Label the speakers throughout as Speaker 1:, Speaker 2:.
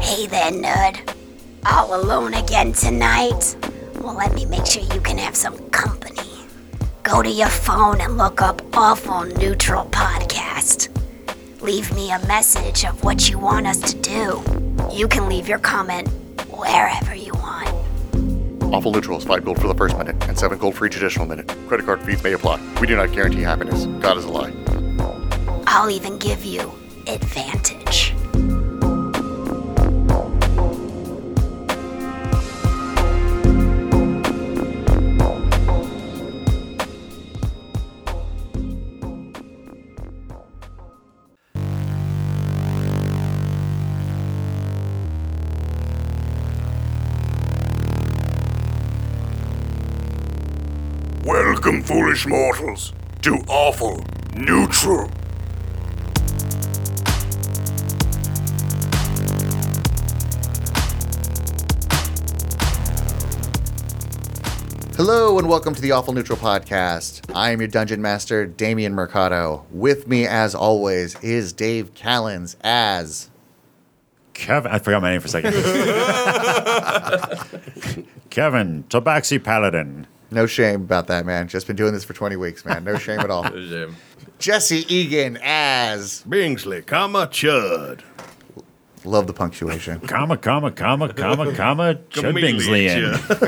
Speaker 1: Hey there, nerd. All alone again tonight? Well, let me make sure you can have some company. Go to your phone and look up Awful Neutral Podcast. Leave me a message of what you want us to do. You can leave your comment wherever you want.
Speaker 2: Awful neutral is 5 gold for the first minute and 7 gold for each additional minute. Credit card fees may apply. We do not guarantee happiness. God is a lie.
Speaker 1: I'll even give you advantage.
Speaker 3: Welcome, foolish mortals, to Awful Neutral.
Speaker 2: Hello and welcome to the Awful Neutral Podcast. I am your dungeon master, Damian Mercado. With me, as always, is Dave Callens as
Speaker 4: Kevin, I forgot my name for a second. Kevin, Tabaxi Paladin.
Speaker 2: no shame about that, man. Just been doing this for 20 weeks, man. No shame at all. Jesse Egan as
Speaker 3: Bingsley, comma, Chud.
Speaker 2: love the punctuation.
Speaker 4: Comma, comma, comma, comma, comma, Chud Bingsley.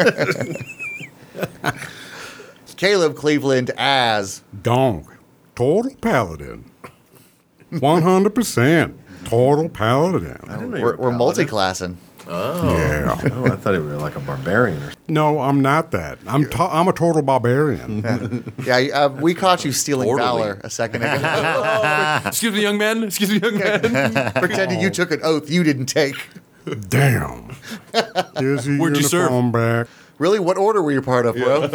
Speaker 3: Chameleon.
Speaker 2: Caleb Cleveland as
Speaker 5: Donk. Total Paladin. 100% Total Paladin.
Speaker 2: we're, we're multi-classing.
Speaker 5: Yeah.
Speaker 6: Oh, I thought he was like a barbarian. Or
Speaker 5: No, I'm not that. I'm to- I'm a total barbarian.
Speaker 2: Yeah, you- uh, we caught you stealing
Speaker 7: Orderly.
Speaker 2: valor a second ago,
Speaker 7: Excuse me, young man. Excuse me, young man.
Speaker 2: pretending you took an oath you didn't take.
Speaker 5: Damn. Here's your
Speaker 7: Where'd you serve?
Speaker 5: uniform back.
Speaker 2: Really, what order were you part of, bro?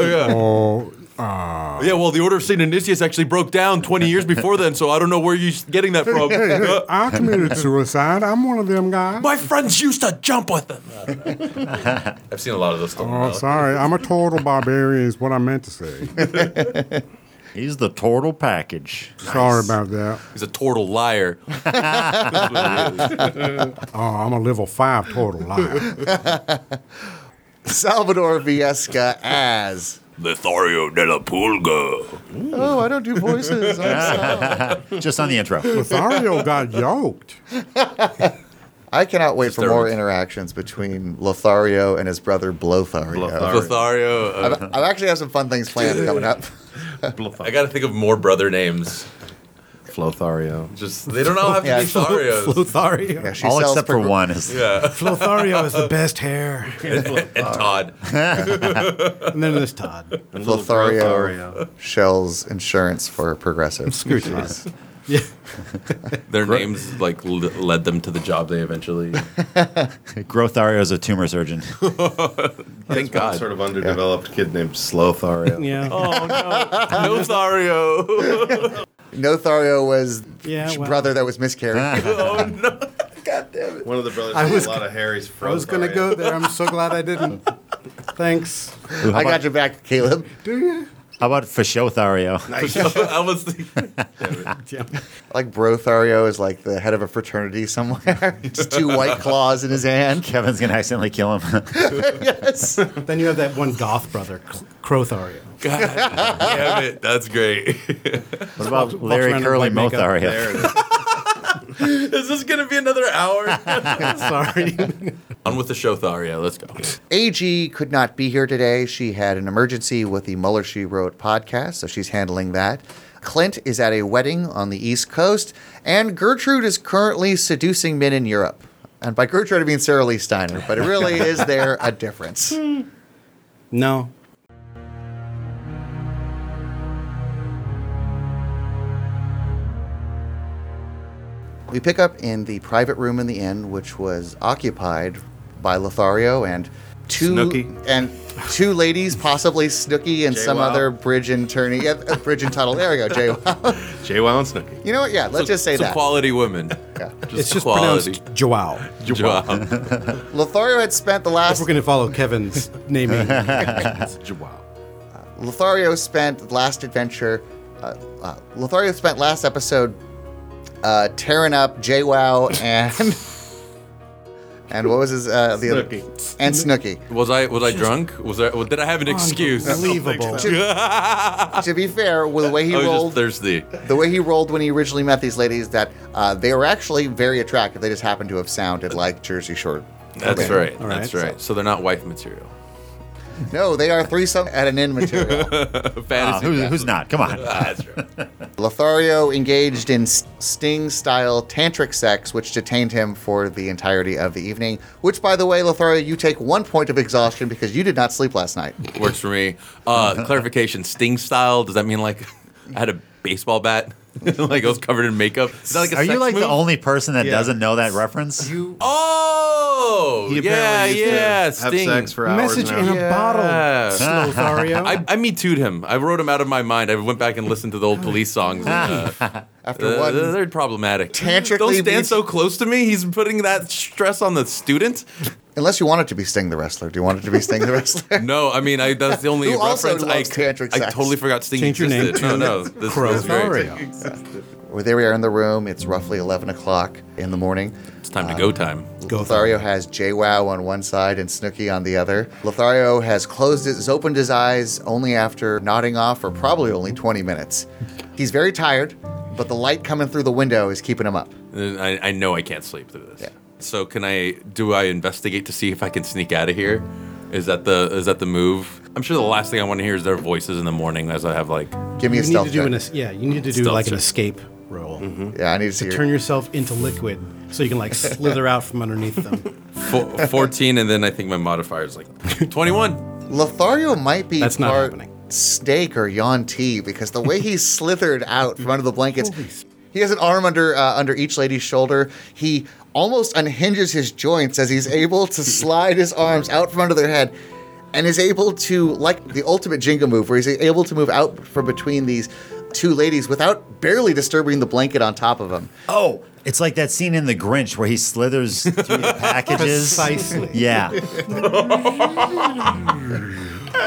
Speaker 5: Oh,
Speaker 7: yeah, well, the Order of St. Initius actually broke down 20 years before then, so I don't know where you're getting that from. Uh,
Speaker 5: I committed suicide. I'm one of them guys.
Speaker 7: my friends used to jump with them. I've seen a lot of those
Speaker 5: Oh, sorry. I'm a total barbarian is what I meant to say.
Speaker 4: He's the total package.
Speaker 5: Sorry about that.
Speaker 7: He's a total liar.
Speaker 5: Oh, I'm a level five total liar.
Speaker 2: Salvador Viesca as.
Speaker 3: Lothario de la Pulga.
Speaker 2: Oh, I don't do voices. I'm sorry.
Speaker 4: Just on the intro.
Speaker 5: Lothario got yoked.
Speaker 2: I cannot wait for more
Speaker 7: Disturbance.
Speaker 2: interactions between Lothario and his brother Blothario.
Speaker 7: Lothario. uh,
Speaker 2: I've, I've actually have some fun things planned coming up.
Speaker 7: I got to think of more brother names.
Speaker 6: Flothario.
Speaker 7: Just They don't all have to
Speaker 2: Yeah.
Speaker 7: be Lotharios.
Speaker 8: Lothario.
Speaker 2: Yeah, she
Speaker 4: All
Speaker 2: sells
Speaker 4: except for
Speaker 2: progr-
Speaker 4: one is
Speaker 7: Yeah,
Speaker 8: Lothario has the best hair.
Speaker 7: and Todd.
Speaker 8: And then there's Todd.
Speaker 6: And little
Speaker 2: Lothario
Speaker 6: Lothario.
Speaker 2: shells insurance for progressives.
Speaker 8: Screw Todd.
Speaker 7: Their names like l- led them to the job they eventually.
Speaker 4: Grothario is a tumor surgeon.
Speaker 7: Thank God.
Speaker 6: Sort of underdeveloped kid named Slothario.
Speaker 8: Yeah.
Speaker 2: Oh,
Speaker 7: Oh. Lothario.
Speaker 2: Nothario was
Speaker 8: Yeah, well.
Speaker 2: brother that was miscarried.
Speaker 7: Oh,
Speaker 2: Oh,
Speaker 6: One of the brothers
Speaker 8: I
Speaker 6: had
Speaker 8: was
Speaker 6: a lot of Harry's
Speaker 8: I was going to go there. I'm so glad I didn't. Thanks.
Speaker 2: I got your back, Caleb.
Speaker 4: How about Fashothario?
Speaker 7: I was thinking-
Speaker 2: Like Brothario is like the head of a fraternity somewhere. Just two white claws in his hand.
Speaker 4: Kevin's going to accidentally kill him.
Speaker 2: Yes.
Speaker 8: Then you have that one goth brother, C- Crothario.
Speaker 7: God damn it. That's great.
Speaker 4: what about Larry
Speaker 8: around in
Speaker 4: Curly
Speaker 8: white makeup.
Speaker 4: Mothario?
Speaker 6: There it is.
Speaker 7: Is this going to be another hour?
Speaker 8: Sorry.
Speaker 7: On with the show, Tharia. Let's go.
Speaker 2: AG could not be here today. She had an emergency with the Muller She Wrote podcast, so she's handling that. Clint is at a wedding on the East Coast, and Gertrude is currently seducing men in Europe. And by Gertrude, I mean Sarah Lee Steiner, but it really is there a difference.
Speaker 8: No.
Speaker 2: We pick up in the private room in the inn, which was occupied by Lothario and two
Speaker 6: Snooki.
Speaker 2: and two ladies, possibly Snooky and some
Speaker 6: Jay-Wow.
Speaker 2: other bridge and tourney, yeah, uh, bridge and tunnel. There we go, Jay.
Speaker 6: Jay Wow and Snooki.
Speaker 2: You know what? Yeah, let's just say
Speaker 7: Some
Speaker 2: that.
Speaker 7: quality women.
Speaker 2: Yeah.
Speaker 8: it's just
Speaker 7: quality.
Speaker 8: pronounced Joao.
Speaker 7: Wow.
Speaker 2: Lothario had spent the
Speaker 8: If
Speaker 2: last
Speaker 8: we're going to follow Kevin's naming, it's Joao.
Speaker 2: Lothario spent last adventure. Uh, uh, Lothario spent last episode uh, tearing up JWoww and And what was his uh, the
Speaker 6: Snooki.
Speaker 2: other? And Snooky.
Speaker 7: Was I was I drunk? Was there? Did I have an excuse?
Speaker 8: Unbelievable.
Speaker 2: To be fair, with the way he
Speaker 7: I was just
Speaker 2: rolled,
Speaker 7: thirsty.
Speaker 2: the way he rolled when he originally met these ladies, that uh, they were actually very attractive. They just happened to have sounded like Jersey Shore.
Speaker 7: That's
Speaker 2: Okay.
Speaker 7: right.
Speaker 8: All
Speaker 7: That's
Speaker 8: right.
Speaker 7: right. So they're not wife material.
Speaker 2: No, they are threesome at an end material.
Speaker 4: Oh,
Speaker 7: Fantasy.
Speaker 4: who, who's not? Come on.
Speaker 7: Ah, that's right.
Speaker 2: Lothario engaged in Sting style tantric sex, which detained him for the entirety of the evening. Which, by the way, Lothario, you take one point of exhaustion because you did not sleep last night.
Speaker 7: Works for me. Uh, clarification: Sting style. Does that mean like I had a baseball bat? like I was covered in makeup. Is that like a
Speaker 4: Are you
Speaker 7: sex
Speaker 4: like
Speaker 7: move?
Speaker 4: the only person that
Speaker 6: Yeah.
Speaker 4: doesn't know that reference?
Speaker 7: Oh,
Speaker 6: He
Speaker 7: yeah,
Speaker 6: apparently used to
Speaker 7: yeah.
Speaker 6: have
Speaker 7: Sting.
Speaker 6: sex for hours
Speaker 8: Message
Speaker 6: and
Speaker 8: in
Speaker 6: hours.
Speaker 8: a bottle,
Speaker 7: Yeah.
Speaker 8: Lothario.
Speaker 7: I, I me too'd him. I wrote him out of my mind. I went back and listened to the old police songs. And, uh,
Speaker 2: After
Speaker 7: uh,
Speaker 2: one
Speaker 7: they're problematic.
Speaker 2: Tantrically
Speaker 7: Don't stand
Speaker 2: beat-
Speaker 7: so close to me. He's putting that stress on the student.
Speaker 2: Unless you want it to be Sting the Wrestler. Do you want it to be Sting the Wrestler?
Speaker 7: No, I mean I, that's the only
Speaker 2: Who also
Speaker 7: reference. I,
Speaker 2: loves tantric
Speaker 7: I
Speaker 2: sex.
Speaker 7: totally forgot Sting
Speaker 8: Change your name
Speaker 7: existed.
Speaker 8: to
Speaker 7: no, no, this is great.
Speaker 8: Lothario.
Speaker 2: well, there we are in the room. It's roughly 11 o'clock in the morning. Um,
Speaker 7: It's time to go time.
Speaker 2: Lothario has JWoww on one side and Snooky on the other. Lothario has closed his, has opened his eyes only after nodding off for probably only 20 minutes. He's very tired, but the light coming through the window is keeping him up.
Speaker 7: I, I know I can't sleep through this. So can I? Do I investigate to see if I can sneak out of here? Is that the is that the move? I'm sure the last thing I want to hear is their voices in the morning as I have like
Speaker 2: Give me
Speaker 8: you
Speaker 2: a
Speaker 8: need
Speaker 2: stealth
Speaker 8: to do
Speaker 2: check. Mm-hmm.
Speaker 8: an es- yeah. You need to do
Speaker 7: Stealth
Speaker 8: like an
Speaker 7: check.
Speaker 8: escape roll
Speaker 2: yeah, I need to see
Speaker 8: to
Speaker 2: your-
Speaker 8: turn yourself into liquid, so you can like slither out from underneath them.
Speaker 7: fo- 14, and then I think my modifier is like 21.
Speaker 2: Lothario might be
Speaker 8: That's not
Speaker 2: part
Speaker 8: happening.
Speaker 2: snake or yon tea because the way he slithered out from under the blankets, he has an arm under uh, under each lady's shoulder. He almost unhinges his joints as he's able to slide his arms out from under their head. And is able to, like the ultimate Jenga move, where he's able to move out from between these two ladies without barely disturbing the blanket on top of him.
Speaker 4: Oh, it's like that scene in The Grinch where he slithers through the packages.
Speaker 8: Precisely.
Speaker 4: Yeah.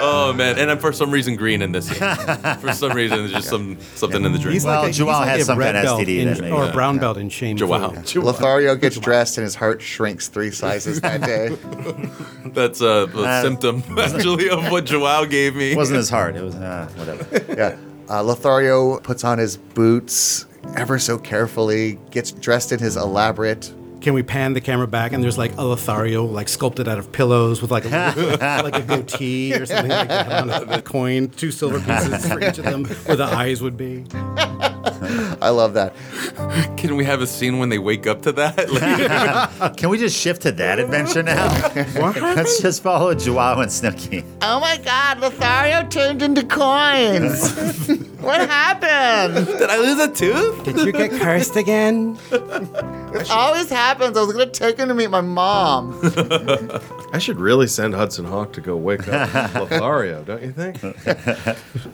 Speaker 7: Oh man! And I'm for some reason green in this. for some reason, there's just some something in the drink.
Speaker 8: He's
Speaker 4: Well,
Speaker 8: like a, he's
Speaker 4: Joelle
Speaker 8: like
Speaker 4: has
Speaker 8: a
Speaker 4: some
Speaker 8: red
Speaker 4: kind of
Speaker 8: belt
Speaker 4: STD
Speaker 8: in-
Speaker 4: that may-
Speaker 8: or
Speaker 4: yeah.
Speaker 8: a brown belt in shame.
Speaker 7: Joao.
Speaker 8: food.
Speaker 2: uh, Lothario gets dressed and his heart shrinks three sizes that day.
Speaker 7: That's a, a
Speaker 4: Uh,
Speaker 7: symptom actually of what Joao gave me.
Speaker 4: It wasn't as hard. It was uh, whatever.
Speaker 2: Yeah. Uh, Lothario puts on his boots ever so carefully, gets dressed in his elaborate.
Speaker 8: Can we pan the camera back and there's like a Lothario like sculpted out of pillows with like a, like a goatee or something like that on a, a coin, two silver pieces for each of them where the eyes would be.
Speaker 2: I love that.
Speaker 7: Can we have a scene when they wake up to that? Like,
Speaker 4: Can we just shift to that adventure now? Let's just follow Joao and Snooky.
Speaker 2: Oh my God, Lothario turned into coins. what happened?
Speaker 7: did I lose a tooth?
Speaker 8: Did you get cursed again?
Speaker 2: It always happens. I was going to take him to meet my mom.
Speaker 6: I should really send Hudson Hawk to go wake up Lothario, don't you think?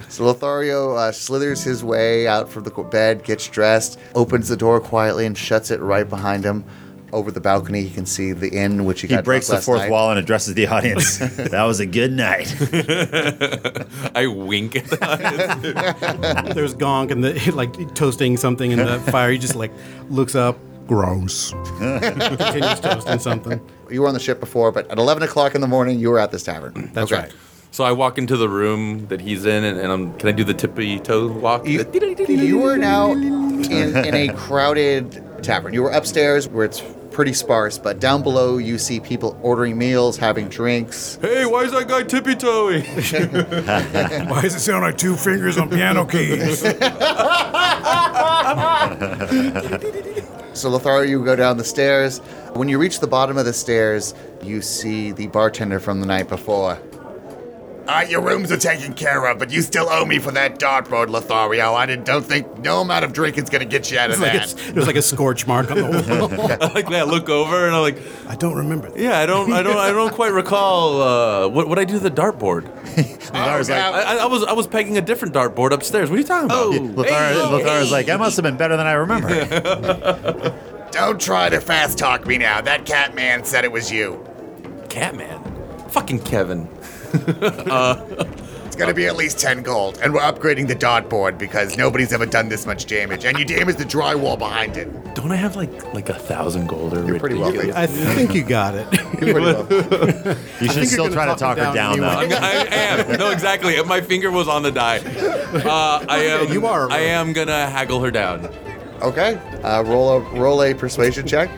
Speaker 2: So Lothario uh, slithers his way out from the qu- bed, gets dressed, opens the door quietly, and shuts it right behind him. Over the balcony, he can see the inn, which he,
Speaker 4: He
Speaker 2: got
Speaker 4: breaks
Speaker 2: drunk
Speaker 4: the
Speaker 2: last
Speaker 4: fourth
Speaker 2: night.
Speaker 4: wall and addresses the audience. that was a good night.
Speaker 7: I wink at that.
Speaker 8: There's Gonk and the like toasting something in the fire. He just like looks up,
Speaker 5: Gross.
Speaker 8: continues toasting something.
Speaker 2: You were on the ship before, but at 11 o'clock in the morning, you were at this tavern.
Speaker 8: That's right.
Speaker 7: So I walk into the room that he's in, and, and I'm, can I do the tippy toe walk?
Speaker 2: You are now in, in a crowded tavern. You were upstairs where it's pretty sparse, but down below you see people ordering meals, having drinks.
Speaker 7: hey, why is that guy tippy toeing?
Speaker 5: Why does it sound like two fingers on piano keys?
Speaker 2: So Lothario, you go down the stairs. When you reach the bottom of the stairs, you see the bartender from the night before.
Speaker 3: Ah, your rooms are taken care of, but you still owe me for that dartboard, Lothario. I did, don't think no amount of drinking's gonna get you out of
Speaker 8: It's like
Speaker 3: that.
Speaker 8: it's, there's like a scorch mark on the wall.
Speaker 7: I like that. Look uh, over, and I'm like,
Speaker 8: I don't remember that.
Speaker 7: yeah, I don't, I don't, I don't quite recall uh, what what I do to the dartboard.
Speaker 4: Lothario's like,
Speaker 7: I, I, I was I was pegging a different dartboard upstairs. What are you talking
Speaker 8: Oh,
Speaker 7: about?
Speaker 4: Lothario, Lothario's like, I must have been better than I remember.
Speaker 3: Don't try to fast talk me now. That cat man said it was you.
Speaker 7: Catman, fucking Kevin.
Speaker 2: It's
Speaker 3: gonna be at least 10 gold, and we're upgrading the dartboard because nobody's ever done this much damage, and you damaged the drywall behind it.
Speaker 7: Don't I have like like a thousand gold or
Speaker 2: You're pretty wealthy.
Speaker 8: I think you got it.
Speaker 2: You're pretty wealthy.
Speaker 4: You should still
Speaker 8: gonna
Speaker 4: try to
Speaker 8: talk
Speaker 4: talk
Speaker 8: him
Speaker 4: her
Speaker 8: down
Speaker 4: down,
Speaker 7: I,
Speaker 4: though.
Speaker 7: I am. No, exactly. My finger was on the die. Uh, I am.
Speaker 8: You are a
Speaker 7: I
Speaker 8: rogue.
Speaker 7: am gonna haggle her down.
Speaker 2: Okay. Uh, roll a roll a persuasion check.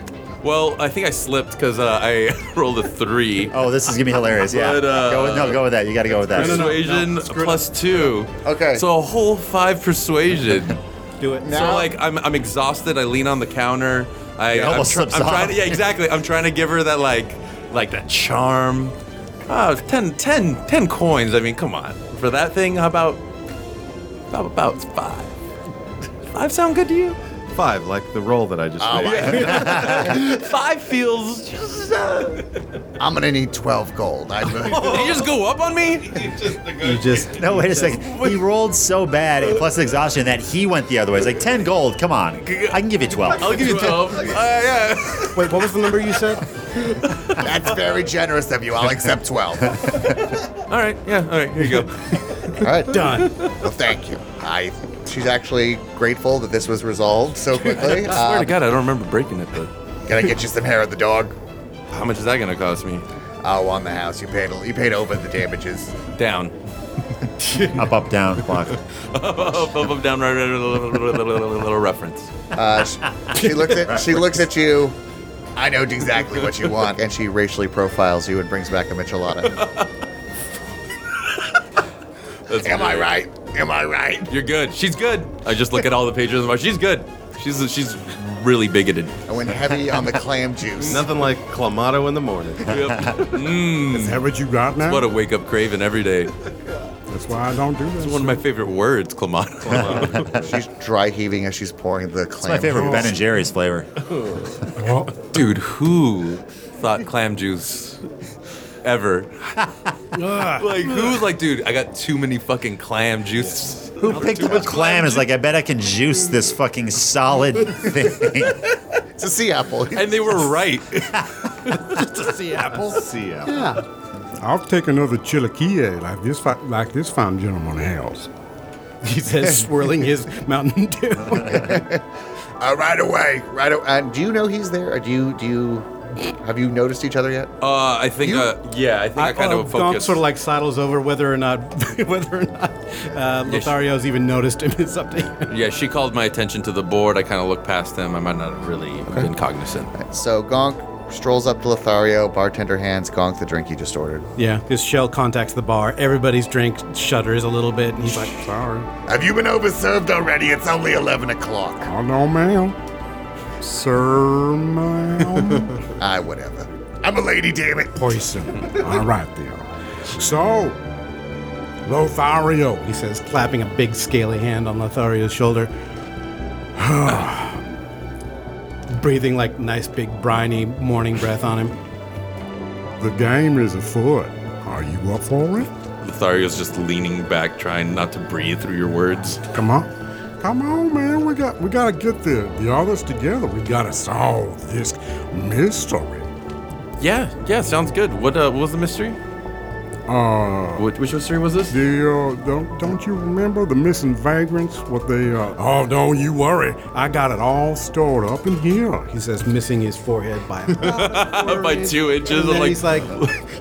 Speaker 7: Well, I think I slipped because uh, I rolled a three.
Speaker 4: Oh, this is gonna be hilarious. Yeah,
Speaker 7: But, uh,
Speaker 4: go with, no, go with that. You got to go with that.
Speaker 8: no, no, no.
Speaker 7: persuasion
Speaker 8: Screw it
Speaker 7: plus two.
Speaker 2: Okay.
Speaker 7: So a whole five persuasion.
Speaker 8: Do it.
Speaker 7: So like I'm I'm exhausted. I lean on the counter. I
Speaker 4: It
Speaker 7: I'm
Speaker 4: almost
Speaker 7: try-
Speaker 4: slips
Speaker 7: I'm
Speaker 4: off.
Speaker 7: trying to yeah exactly. I'm trying to give her that like like that charm. Ah, 10, 10, 10 coins. I mean, come on. For that thing, how about how about five? Five sound good to you? Oh,
Speaker 6: Five, like the roll that I just made.
Speaker 7: Five feels. Just, uh,
Speaker 3: I'm gonna need 12 gold. I'm,
Speaker 7: did you just go up on me?
Speaker 8: You just
Speaker 4: No, wait a second. He rolled so bad, plus exhaustion, that he went the other way. It's like 10 gold. Come on. I can give you 12.
Speaker 7: I'll give you twelve. Uh, yeah.
Speaker 8: wait. What was the number you said?
Speaker 3: that's very generous of you. I'll accept 12. Well,
Speaker 7: All right. Yeah. All right. Here you go.
Speaker 2: All right.
Speaker 8: Done.
Speaker 3: thank you. I
Speaker 2: She's actually grateful that this was resolved so quickly.
Speaker 7: I swear
Speaker 2: Uh,
Speaker 7: to God, I don't remember breaking it, but
Speaker 3: gonna get you some hair of the dog.
Speaker 7: how much is that gonna cost me?
Speaker 3: Oh, on the house. You paid. You paid over the damages.
Speaker 7: Down.
Speaker 4: Up, up, down, block.
Speaker 7: up, up, up, down, right, right, right, little reference.
Speaker 2: uh, sh- she looks at she looks at you
Speaker 3: I know exactly what you want.
Speaker 2: and she racially profiles you and brings back a michelada.
Speaker 7: That's
Speaker 3: Am I
Speaker 7: great.
Speaker 3: right? Am I right?
Speaker 7: You're good. She's good. I just look at all the pages. and I'm like, She's good. She's she's really bigoted.
Speaker 3: I went heavy on the clam juice.
Speaker 6: Nothing like clamato in the morning.
Speaker 5: Is that what you got now?
Speaker 7: Mm. What a wake up craving every day.
Speaker 5: That's why I don't do that.
Speaker 7: One of my favorite words, clamato.
Speaker 2: she's dry heaving as she's pouring the
Speaker 4: It's
Speaker 2: clam.
Speaker 4: my favorite Ben and Jerry's flavor.
Speaker 5: Well,
Speaker 7: Dude, who thought clam juice ever?
Speaker 5: ugh.
Speaker 7: Like, who's like, dude, I got too many fucking clam juices.
Speaker 4: Who picked up clam? Is like, I bet I can juice this fucking solid thing.
Speaker 2: It's a sea apple.
Speaker 7: And they were right.
Speaker 6: See ya.
Speaker 8: Yeah.
Speaker 5: I'll take another chilaquilla like this fi- like this fine gentleman has.
Speaker 8: He says, swirling his Mountain Dew.
Speaker 3: Uh, right away.
Speaker 2: Right. o- And do you know he's there? Or do you do you have you noticed each other yet?
Speaker 7: Uh, I think, uh, yeah, I think I, kind
Speaker 8: uh,
Speaker 7: of
Speaker 8: Gonk
Speaker 7: focused.
Speaker 8: sort of like saddles over whether or not whether or not uh, Lothario's even noticed him is up to him.
Speaker 7: yeah, she called my attention to the board. I kind of looked past them. I might not have really been cognizant.
Speaker 2: So Gonk strolls up to Lothario. Bartender hands Gonk the drink he just ordered.
Speaker 8: Yeah, his shell contacts the bar. Everybody's drink shudders a little bit, and he's like,
Speaker 5: Sorry.
Speaker 3: Have you been overserved already? It's only 11 o'clock.
Speaker 5: Oh no, ma'am. Sir, ma'am.
Speaker 3: Ah, whatever. I'm a lady, damn it.
Speaker 5: Poison. All right then. So, Lothario.
Speaker 8: he says, clapping a big scaly hand on Lothario's shoulder. Breathing like nice big briny morning breath on him.
Speaker 5: The game is afoot. Are you up for it?
Speaker 7: Lothario's just leaning back, trying not to breathe through your words.
Speaker 5: Come on. Come on, man. We got we gotta get the, the others together. We gotta solve this mystery.
Speaker 7: Yeah, yeah, sounds good. What, uh, what was the mystery?
Speaker 5: Uh
Speaker 7: Which, which mystery was this?
Speaker 5: the uh, don't don't you remember the missing vagrants? What they uh Oh don't you worry. I got it all stored up in here.
Speaker 8: He says, missing his forehead by
Speaker 7: Up by two inches.
Speaker 8: And
Speaker 7: I'm
Speaker 8: then
Speaker 7: like,
Speaker 8: he's like,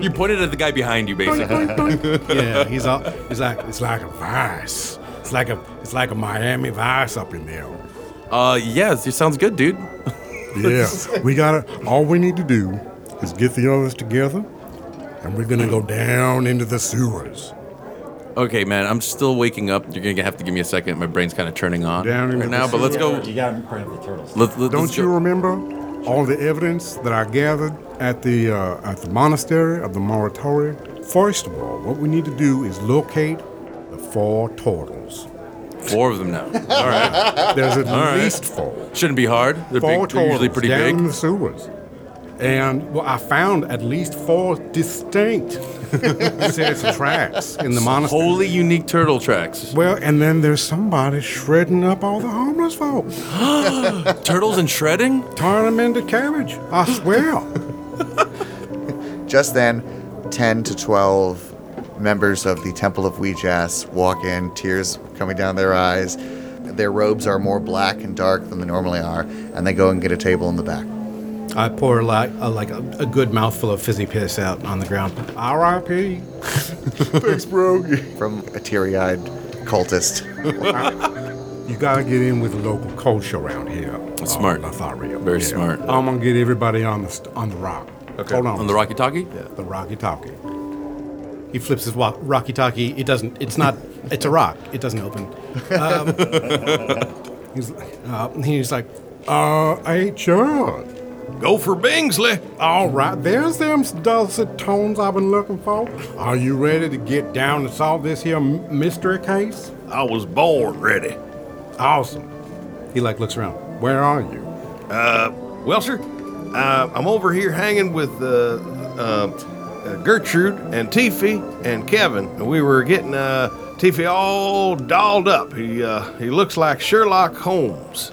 Speaker 7: you pointed at the guy behind you, basically.
Speaker 8: yeah, he's all, he's like,
Speaker 5: It's like a vice. It's like a it's like a Miami vice up in there.
Speaker 7: uh, yeah, it sounds good, dude.
Speaker 5: Yeah. we gotta all we need to do is get the others together and we're gonna go down into the sewers.
Speaker 7: Okay, man, I'm still waking up. You're gonna have to give me a second. My brain's kind of turning on
Speaker 5: Down in
Speaker 7: right
Speaker 5: the
Speaker 7: now, but let's go. Let,
Speaker 4: got in front of the turtles.
Speaker 7: let, let's
Speaker 5: Don't
Speaker 7: go-
Speaker 5: you remember all the evidence that I gathered at the uh, at the monastery of the Moratoria? First of all, what we need to do is locate the four turtles.
Speaker 7: Four of them now. All right,
Speaker 5: There's at
Speaker 7: right.
Speaker 5: least four.
Speaker 7: shouldn't be hard. They're
Speaker 5: Four
Speaker 7: big. They're usually
Speaker 5: turtles
Speaker 7: pretty
Speaker 5: down in
Speaker 7: big.
Speaker 5: the sewers. And well, I found at least four distinct sets of tracks in the monastery.
Speaker 7: Holy unique turtle tracks.
Speaker 5: Well, and then there's somebody shredding up all the homeless folk,
Speaker 7: Turtles and shredding.
Speaker 5: turning them into cabbage. I swear.
Speaker 2: Just then, ten to twelve members of the Temple of Weejas walk in, tears coming down their eyes. Their robes are more black and dark than they normally are, and they go and get a table in the back.
Speaker 8: I pour like a, like a, a good mouthful of fizzy piss out on the ground.
Speaker 5: R.I.P.
Speaker 2: From a teary eyed cultist.
Speaker 5: You gotta get in with the local culture around here. That's
Speaker 7: smart.
Speaker 5: Lothario.
Speaker 7: Very smart.
Speaker 5: I'm gonna get everybody on the st- on the rock. Okay. Hold on.
Speaker 7: On the Rocky Talkie? Yeah.
Speaker 5: The rocky talkie.
Speaker 8: He flips his wa- rocky talkie. It doesn't. It's not. It's a rock. It doesn't open. Um,
Speaker 5: He's uh, he's like, uh, hey John.
Speaker 9: Go for Bingsley.
Speaker 5: All right, there's them dulcet tones I've been looking for. Are you ready to get down and solve this here m- mystery case? Uh,
Speaker 9: I was born ready.
Speaker 5: Awesome. He like looks around. Where are you?
Speaker 9: Well, sir, uh, I'm over here hanging with uh, uh, uh, Gertrude and Tiffy and Kevin, and we were getting uh, Tiffy all dolled up. He uh, he looks like Sherlock Holmes.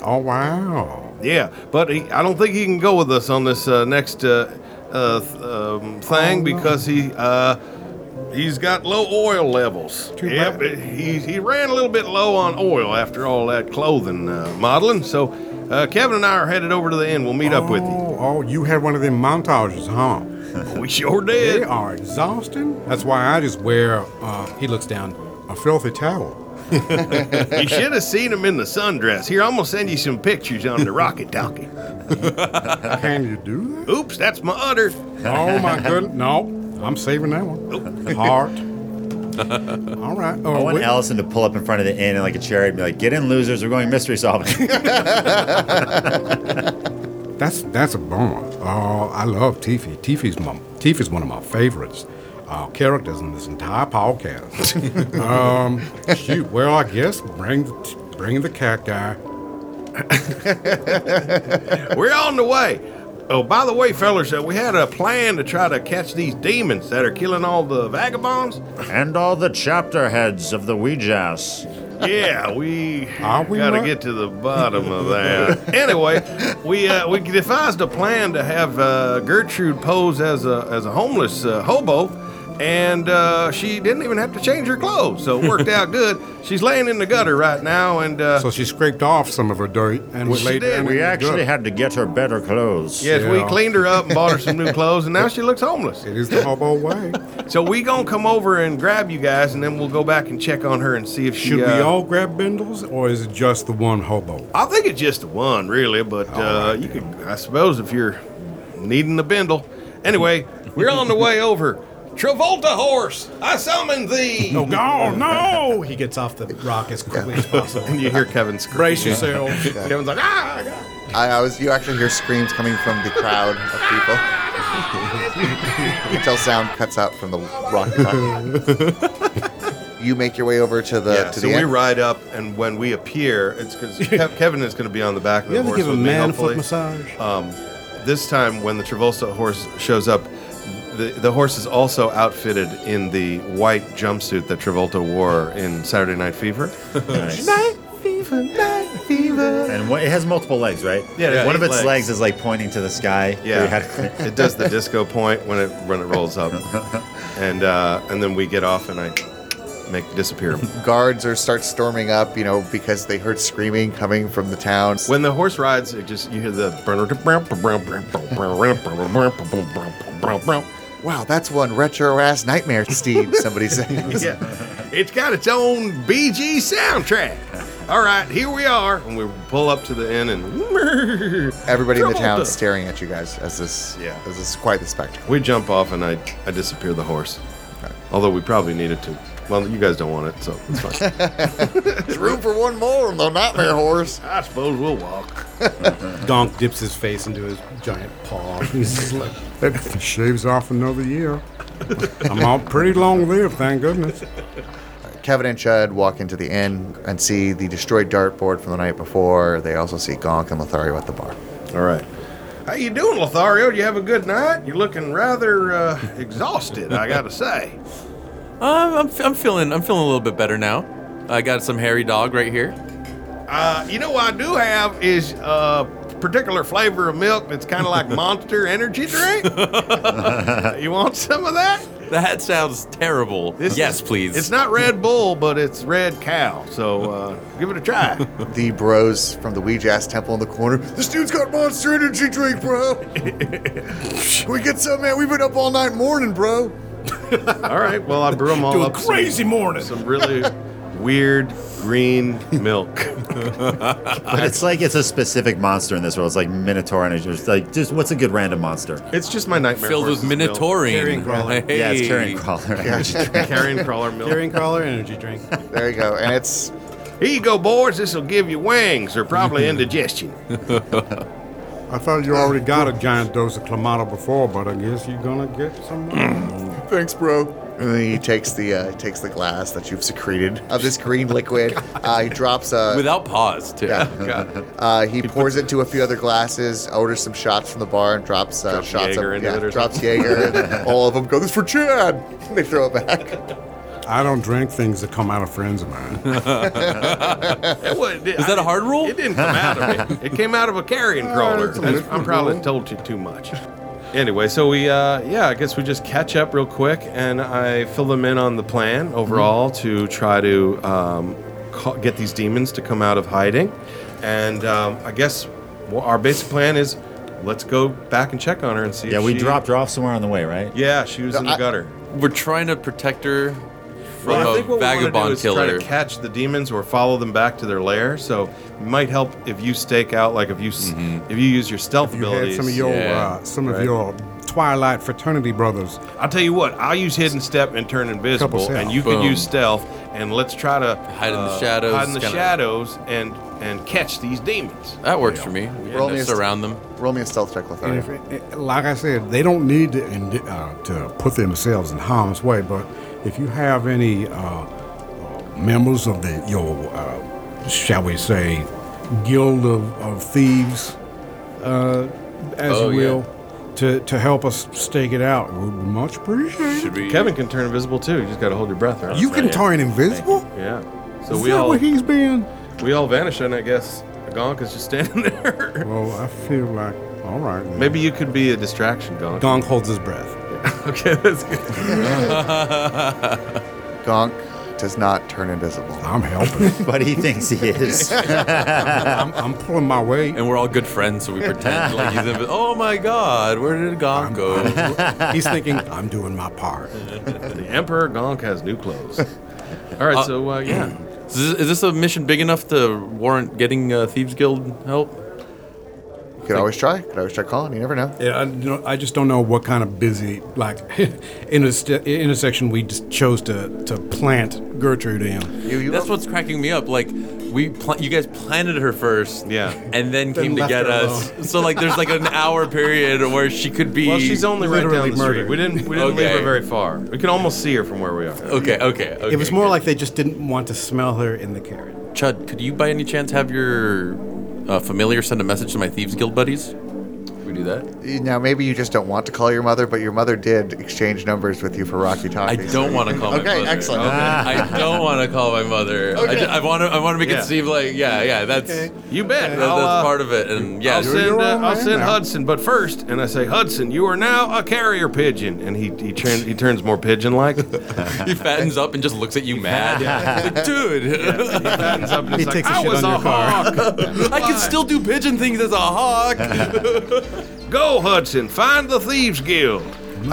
Speaker 5: Oh wow.
Speaker 9: Yeah, but he, I don't think he can go with us on this uh, next uh, uh, th- um, thing because he uh, he's got low oil levels.
Speaker 5: Too
Speaker 9: yep,
Speaker 5: bad.
Speaker 9: he he ran a little bit low on oil after all that clothing uh, modeling. So uh, Kevin and I are headed over to the inn. We'll meet up with you.
Speaker 5: Oh, oh, you had one of them montages, huh?
Speaker 9: We sure
Speaker 5: they
Speaker 9: did.
Speaker 5: are exhausting. That's why I just wear uh,
Speaker 8: He looks down.
Speaker 5: a filthy towel.
Speaker 9: You should have seen him in the sundress. Here, I'm gonna send you some pictures on the rocket talkie.
Speaker 5: Can you do that?
Speaker 9: Oops, that's my udder.
Speaker 5: Oh my goodness. No, I'm saving that one. Heart. All right. Oh,
Speaker 4: I want
Speaker 5: wait.
Speaker 4: Allison to pull up in front of the inn in like a chair and be like, "Get in, losers! We're going mystery solving."
Speaker 5: That's that's a bomb. Oh, I love Tiffy. Tiffy's my Tiffy's one of my favorites. Uh, characters in this entire podcast. um, shoot, well, I guess bring the t- bring the cat guy.
Speaker 9: We're on the way. Oh, by the way, fellas, uh, we had a plan to try to catch these demons that are killing all the vagabonds.
Speaker 4: and all the chapter heads of the Ouijas.
Speaker 9: Yeah, we,
Speaker 5: Are we
Speaker 9: gotta
Speaker 5: not?
Speaker 9: get to the bottom of that. anyway, we uh, we devised a plan to have uh, Gertrude pose as a as a homeless uh, hobo, and uh, she didn't even have to change her clothes, so it worked out good. She's laying in the gutter right now, and uh,
Speaker 5: So she scraped off some of her dirt and was
Speaker 9: She
Speaker 5: laid
Speaker 9: did.
Speaker 5: down. in
Speaker 4: We
Speaker 5: the
Speaker 4: actually
Speaker 5: gutter.
Speaker 4: had to get her better clothes.
Speaker 9: yes, we
Speaker 5: Yeah.
Speaker 9: cleaned her up and bought her some new clothes, and now she looks homeless.
Speaker 5: It is the hobo way.
Speaker 9: So we gonna come over and grab you guys, and then we'll go back and check on her and see if she.
Speaker 5: Should we
Speaker 9: uh,
Speaker 5: all grab bindles, or is it just the one hobo?
Speaker 9: I think it's just the one, really, but uh, you could, I suppose, if you're needing the bindle. Anyway, we're on the way over. Travolta horse, I summon thee.
Speaker 5: Oh God, no!
Speaker 8: He gets off the rock as quickly as possible.
Speaker 9: And you hear Kevin scream.
Speaker 8: Brace yourself.
Speaker 9: Kevin's like, ah, God."
Speaker 2: I, I was you actually hear screams coming from the crowd of people. you can tell sound cuts out from the rock. you make your way over to the
Speaker 9: yeah.
Speaker 2: to
Speaker 9: So
Speaker 2: the
Speaker 9: we
Speaker 2: end.
Speaker 9: ride up, and when we appear, it's because Kevin is going to be on the back of
Speaker 8: You
Speaker 9: the
Speaker 8: ever
Speaker 9: horse.
Speaker 8: give a
Speaker 9: with me,
Speaker 8: man a
Speaker 9: hopefully.
Speaker 8: foot massage?
Speaker 9: Um, this time, when the Travolta horse shows up, the, the horse is also outfitted in the white jumpsuit that Travolta wore in Saturday Night Fever.
Speaker 4: Nice.
Speaker 9: fever, night fever.
Speaker 4: And what, it has multiple legs, right?
Speaker 9: Yeah, it has
Speaker 4: One
Speaker 9: eight
Speaker 4: of its
Speaker 9: legs.
Speaker 4: legs. is like pointing to the sky.
Speaker 9: Yeah,
Speaker 4: We had to clean-
Speaker 9: it does the disco point when it when it rolls up, and uh, and then we get off, and I make disappear.
Speaker 2: Guards are start storming up, you know, because they heard screaming coming from the town.
Speaker 9: When the horse rides, it just you hear the.
Speaker 2: Wow, that's one retro ass nightmare, Steve. Somebody says.
Speaker 9: yeah. It's got its own BG soundtrack. All right, here we are. And we pull up to the inn and
Speaker 2: Everybody in the town
Speaker 9: Travolta.
Speaker 2: staring at you guys as this.
Speaker 9: Yeah.
Speaker 2: This is quite the spectacle.
Speaker 9: we jump off and I, I disappear the horse. Although we probably needed to. Well, you guys don't want it, so it's fine.
Speaker 2: There's room for one more on the nightmare horse.
Speaker 9: I suppose we'll walk.
Speaker 8: Donk dips his face into his giant paw. He's just like,
Speaker 5: That shaves off another year. I'm all pretty long lived, thank goodness.
Speaker 2: Kevin and Chud walk into the inn and see the destroyed dartboard from the night before. They also see Gonk and Lothario at the bar.
Speaker 9: All right. How you doing, Lothario? You have a good night? You're looking rather uh, exhausted, I gotta say.
Speaker 7: Um, I'm, f- I'm feeling I'm feeling a little bit better now. I got some hairy dog right here.
Speaker 9: Uh, you know what I do have is a particular flavor of milk that's kind of like Monster Energy drink. you want some of that?
Speaker 7: That sounds terrible.
Speaker 6: This
Speaker 7: yes,
Speaker 6: is-
Speaker 7: please.
Speaker 6: It's not Red Bull, but it's Red Cow. So uh, give it a try.
Speaker 2: The bros from the Ouija's temple in the corner. This dude's got monster energy drink, bro. Can we get some, man? We've been up all night morning, bro.
Speaker 6: all right. Well, I brew them all
Speaker 9: Doing
Speaker 6: up. some-
Speaker 9: crazy morning.
Speaker 6: Some really weird green milk.
Speaker 4: It's like it's a specific monster in this world. It's like Minotaur energy. It's like just what's a good random monster?
Speaker 6: It's just my nightmare.
Speaker 7: filled with
Speaker 6: horses milk.
Speaker 7: Minotaurine. Hey.
Speaker 4: Yeah, it's carrion crawler.
Speaker 6: Carrion crawler milk.
Speaker 8: Carrying crawler energy drink.
Speaker 2: There you go. And it's
Speaker 6: Here you go, boys. This will give you wangs or probably indigestion.
Speaker 5: I thought you already got a giant dose of Clamato before, but I guess you're gonna get some. more.
Speaker 2: thanks, bro. And then he takes the uh, takes the glass that you've secreted of this green liquid. Uh, he drops a
Speaker 7: Without pause, too.
Speaker 2: Yeah.
Speaker 6: God.
Speaker 2: Uh, he pours it into a few other glasses, orders some shots from the bar, and drops, uh,
Speaker 6: Drops
Speaker 2: shots
Speaker 6: Jaeger
Speaker 2: of
Speaker 6: into it or
Speaker 2: drops Jaeger. all of them go, "This for Chad." They throw it back.
Speaker 5: I don't drink things that come out of friends of mine.
Speaker 6: That was,
Speaker 7: Is that a hard rule?
Speaker 6: It didn't come out of me. It came out of a carrion crawler.
Speaker 5: it's a
Speaker 6: That's-
Speaker 5: liquid
Speaker 6: I'm probably
Speaker 5: roll.
Speaker 6: told you too much. Anyway, so we, uh, yeah, I guess we just catch up real quick, and I fill them in on the plan overall to try to um, ca- get these demons to come out of hiding. And um, I guess wha- our basic plan is let's go back and check on her and see.
Speaker 4: yeah,
Speaker 6: if
Speaker 4: we
Speaker 6: she-
Speaker 4: dropped her off somewhere on the way, right?
Speaker 6: Yeah, she was in the
Speaker 2: I-
Speaker 6: gutter.
Speaker 7: We're trying to protect her from
Speaker 6: Well, I think
Speaker 7: a
Speaker 6: what we want to do
Speaker 7: vagabond
Speaker 6: is try
Speaker 7: killer.
Speaker 6: to catch the demons or follow them back to their lair. So it might help if you stake out, like if you s if you use your stealth
Speaker 5: You had
Speaker 6: abilities.
Speaker 5: some of your
Speaker 7: Mm-hmm. Yeah,
Speaker 5: uh, some
Speaker 6: right.
Speaker 5: of your Twilight fraternity brothers.
Speaker 6: I'll tell you what, I'll use hidden step and turn invisible,
Speaker 5: stealth.
Speaker 6: and you can
Speaker 7: Boom.
Speaker 6: use stealth. And let's try to uh,
Speaker 7: Hide in the shadows,
Speaker 6: hide in the
Speaker 7: kinda-
Speaker 6: shadows, and and catch these demons.
Speaker 7: that works for me.
Speaker 2: Roll
Speaker 7: And
Speaker 2: me a-
Speaker 7: surround them.
Speaker 2: Roll me a stealth check, Lothario.
Speaker 5: And if, eh, like I said, they don't need to, and, uh, to put themselves in harm's way, but if you have any uh, uh, members of the your, uh, shall we say, guild of, of thieves, uh, as
Speaker 7: Oh,
Speaker 5: you
Speaker 7: yeah.
Speaker 5: will, to, to help us stake it out, it would be much appreciated.
Speaker 7: Should we?
Speaker 6: Kevin can turn invisible too. You just got to hold your breath. Right?
Speaker 5: You can turn invisible?
Speaker 6: yeah. So
Speaker 5: Is
Speaker 6: we
Speaker 5: that
Speaker 6: all
Speaker 5: what he's been?
Speaker 6: we all vanish, and I guess Gonk is just standing there.
Speaker 5: Well, I feel like, all right. then.
Speaker 6: Maybe you could be a distraction, Gonk.
Speaker 8: Gong holds his breath.
Speaker 6: Okay, that's good.
Speaker 2: Gonk does not turn invisible.
Speaker 5: I'm helping.
Speaker 4: But he thinks he is.
Speaker 5: I'm, I'm pulling my weight.
Speaker 7: And we're all good friends, so we pretend like he's in. Oh my God, where did Gonk go?
Speaker 8: He's thinking, I'm doing my part.
Speaker 6: The Emperor Gonk has new clothes. All right, so uh, yeah,
Speaker 7: Is this, is this a mission big enough to warrant getting uh, Thieves Guild help?
Speaker 2: You could always try. Could always try calling. You never know.
Speaker 8: Yeah, I, don't- I just don't know what kind of busy like interste- intersection we just chose to to plant Gertrude in.
Speaker 2: You, you
Speaker 7: That's what's cracking me up. Like we, pla- you guys planted her first,
Speaker 6: Yeah.
Speaker 7: and then, came to
Speaker 8: left
Speaker 7: get
Speaker 8: her
Speaker 7: us. So like, there's like an hour period where she could be.
Speaker 6: well, she's only right down
Speaker 8: literally
Speaker 6: the street.
Speaker 8: murdered.
Speaker 6: We didn't we didn't leave
Speaker 7: Okay.
Speaker 6: her very far. We can almost see her from where we are.
Speaker 7: Okay, okay, okay.
Speaker 8: It was more like they just didn't want to smell her in the carrot.
Speaker 7: Chud, could you by any chance have your uh, familiar send a message to my Thieves Guild buddies? Could we do that?
Speaker 2: now maybe you just don't want to call your mother, but your mother did exchange numbers with you for Rocky Talkie.
Speaker 7: I don't want to call my
Speaker 2: Okay,
Speaker 7: mother.
Speaker 2: excellent. Ah.
Speaker 7: I don't want to call my mother. I, ju- I want to. I want to make
Speaker 6: Yeah.
Speaker 7: it seem like yeah, yeah. That's
Speaker 6: You bet.
Speaker 7: that-
Speaker 6: I'll,
Speaker 7: that's
Speaker 6: uh,
Speaker 7: part of it. And yeah,
Speaker 6: I'll send,
Speaker 5: your
Speaker 6: uh,
Speaker 5: own
Speaker 6: I'll
Speaker 5: man
Speaker 6: send
Speaker 5: now.
Speaker 6: Hudson, but first, and I say, Hudson, you are now a carrier pigeon, and he he, turn, he turns more pigeon-like.
Speaker 7: he fattens up and just looks at you mad. Like, Dude,
Speaker 6: Fattens up and
Speaker 8: He
Speaker 6: he's like,
Speaker 8: takes a
Speaker 6: I
Speaker 8: shit
Speaker 6: was
Speaker 8: on
Speaker 6: a
Speaker 8: your car."
Speaker 6: hawk.
Speaker 7: I can still do pigeon things as a hawk.
Speaker 6: Go, Hudson, find the thieves guild.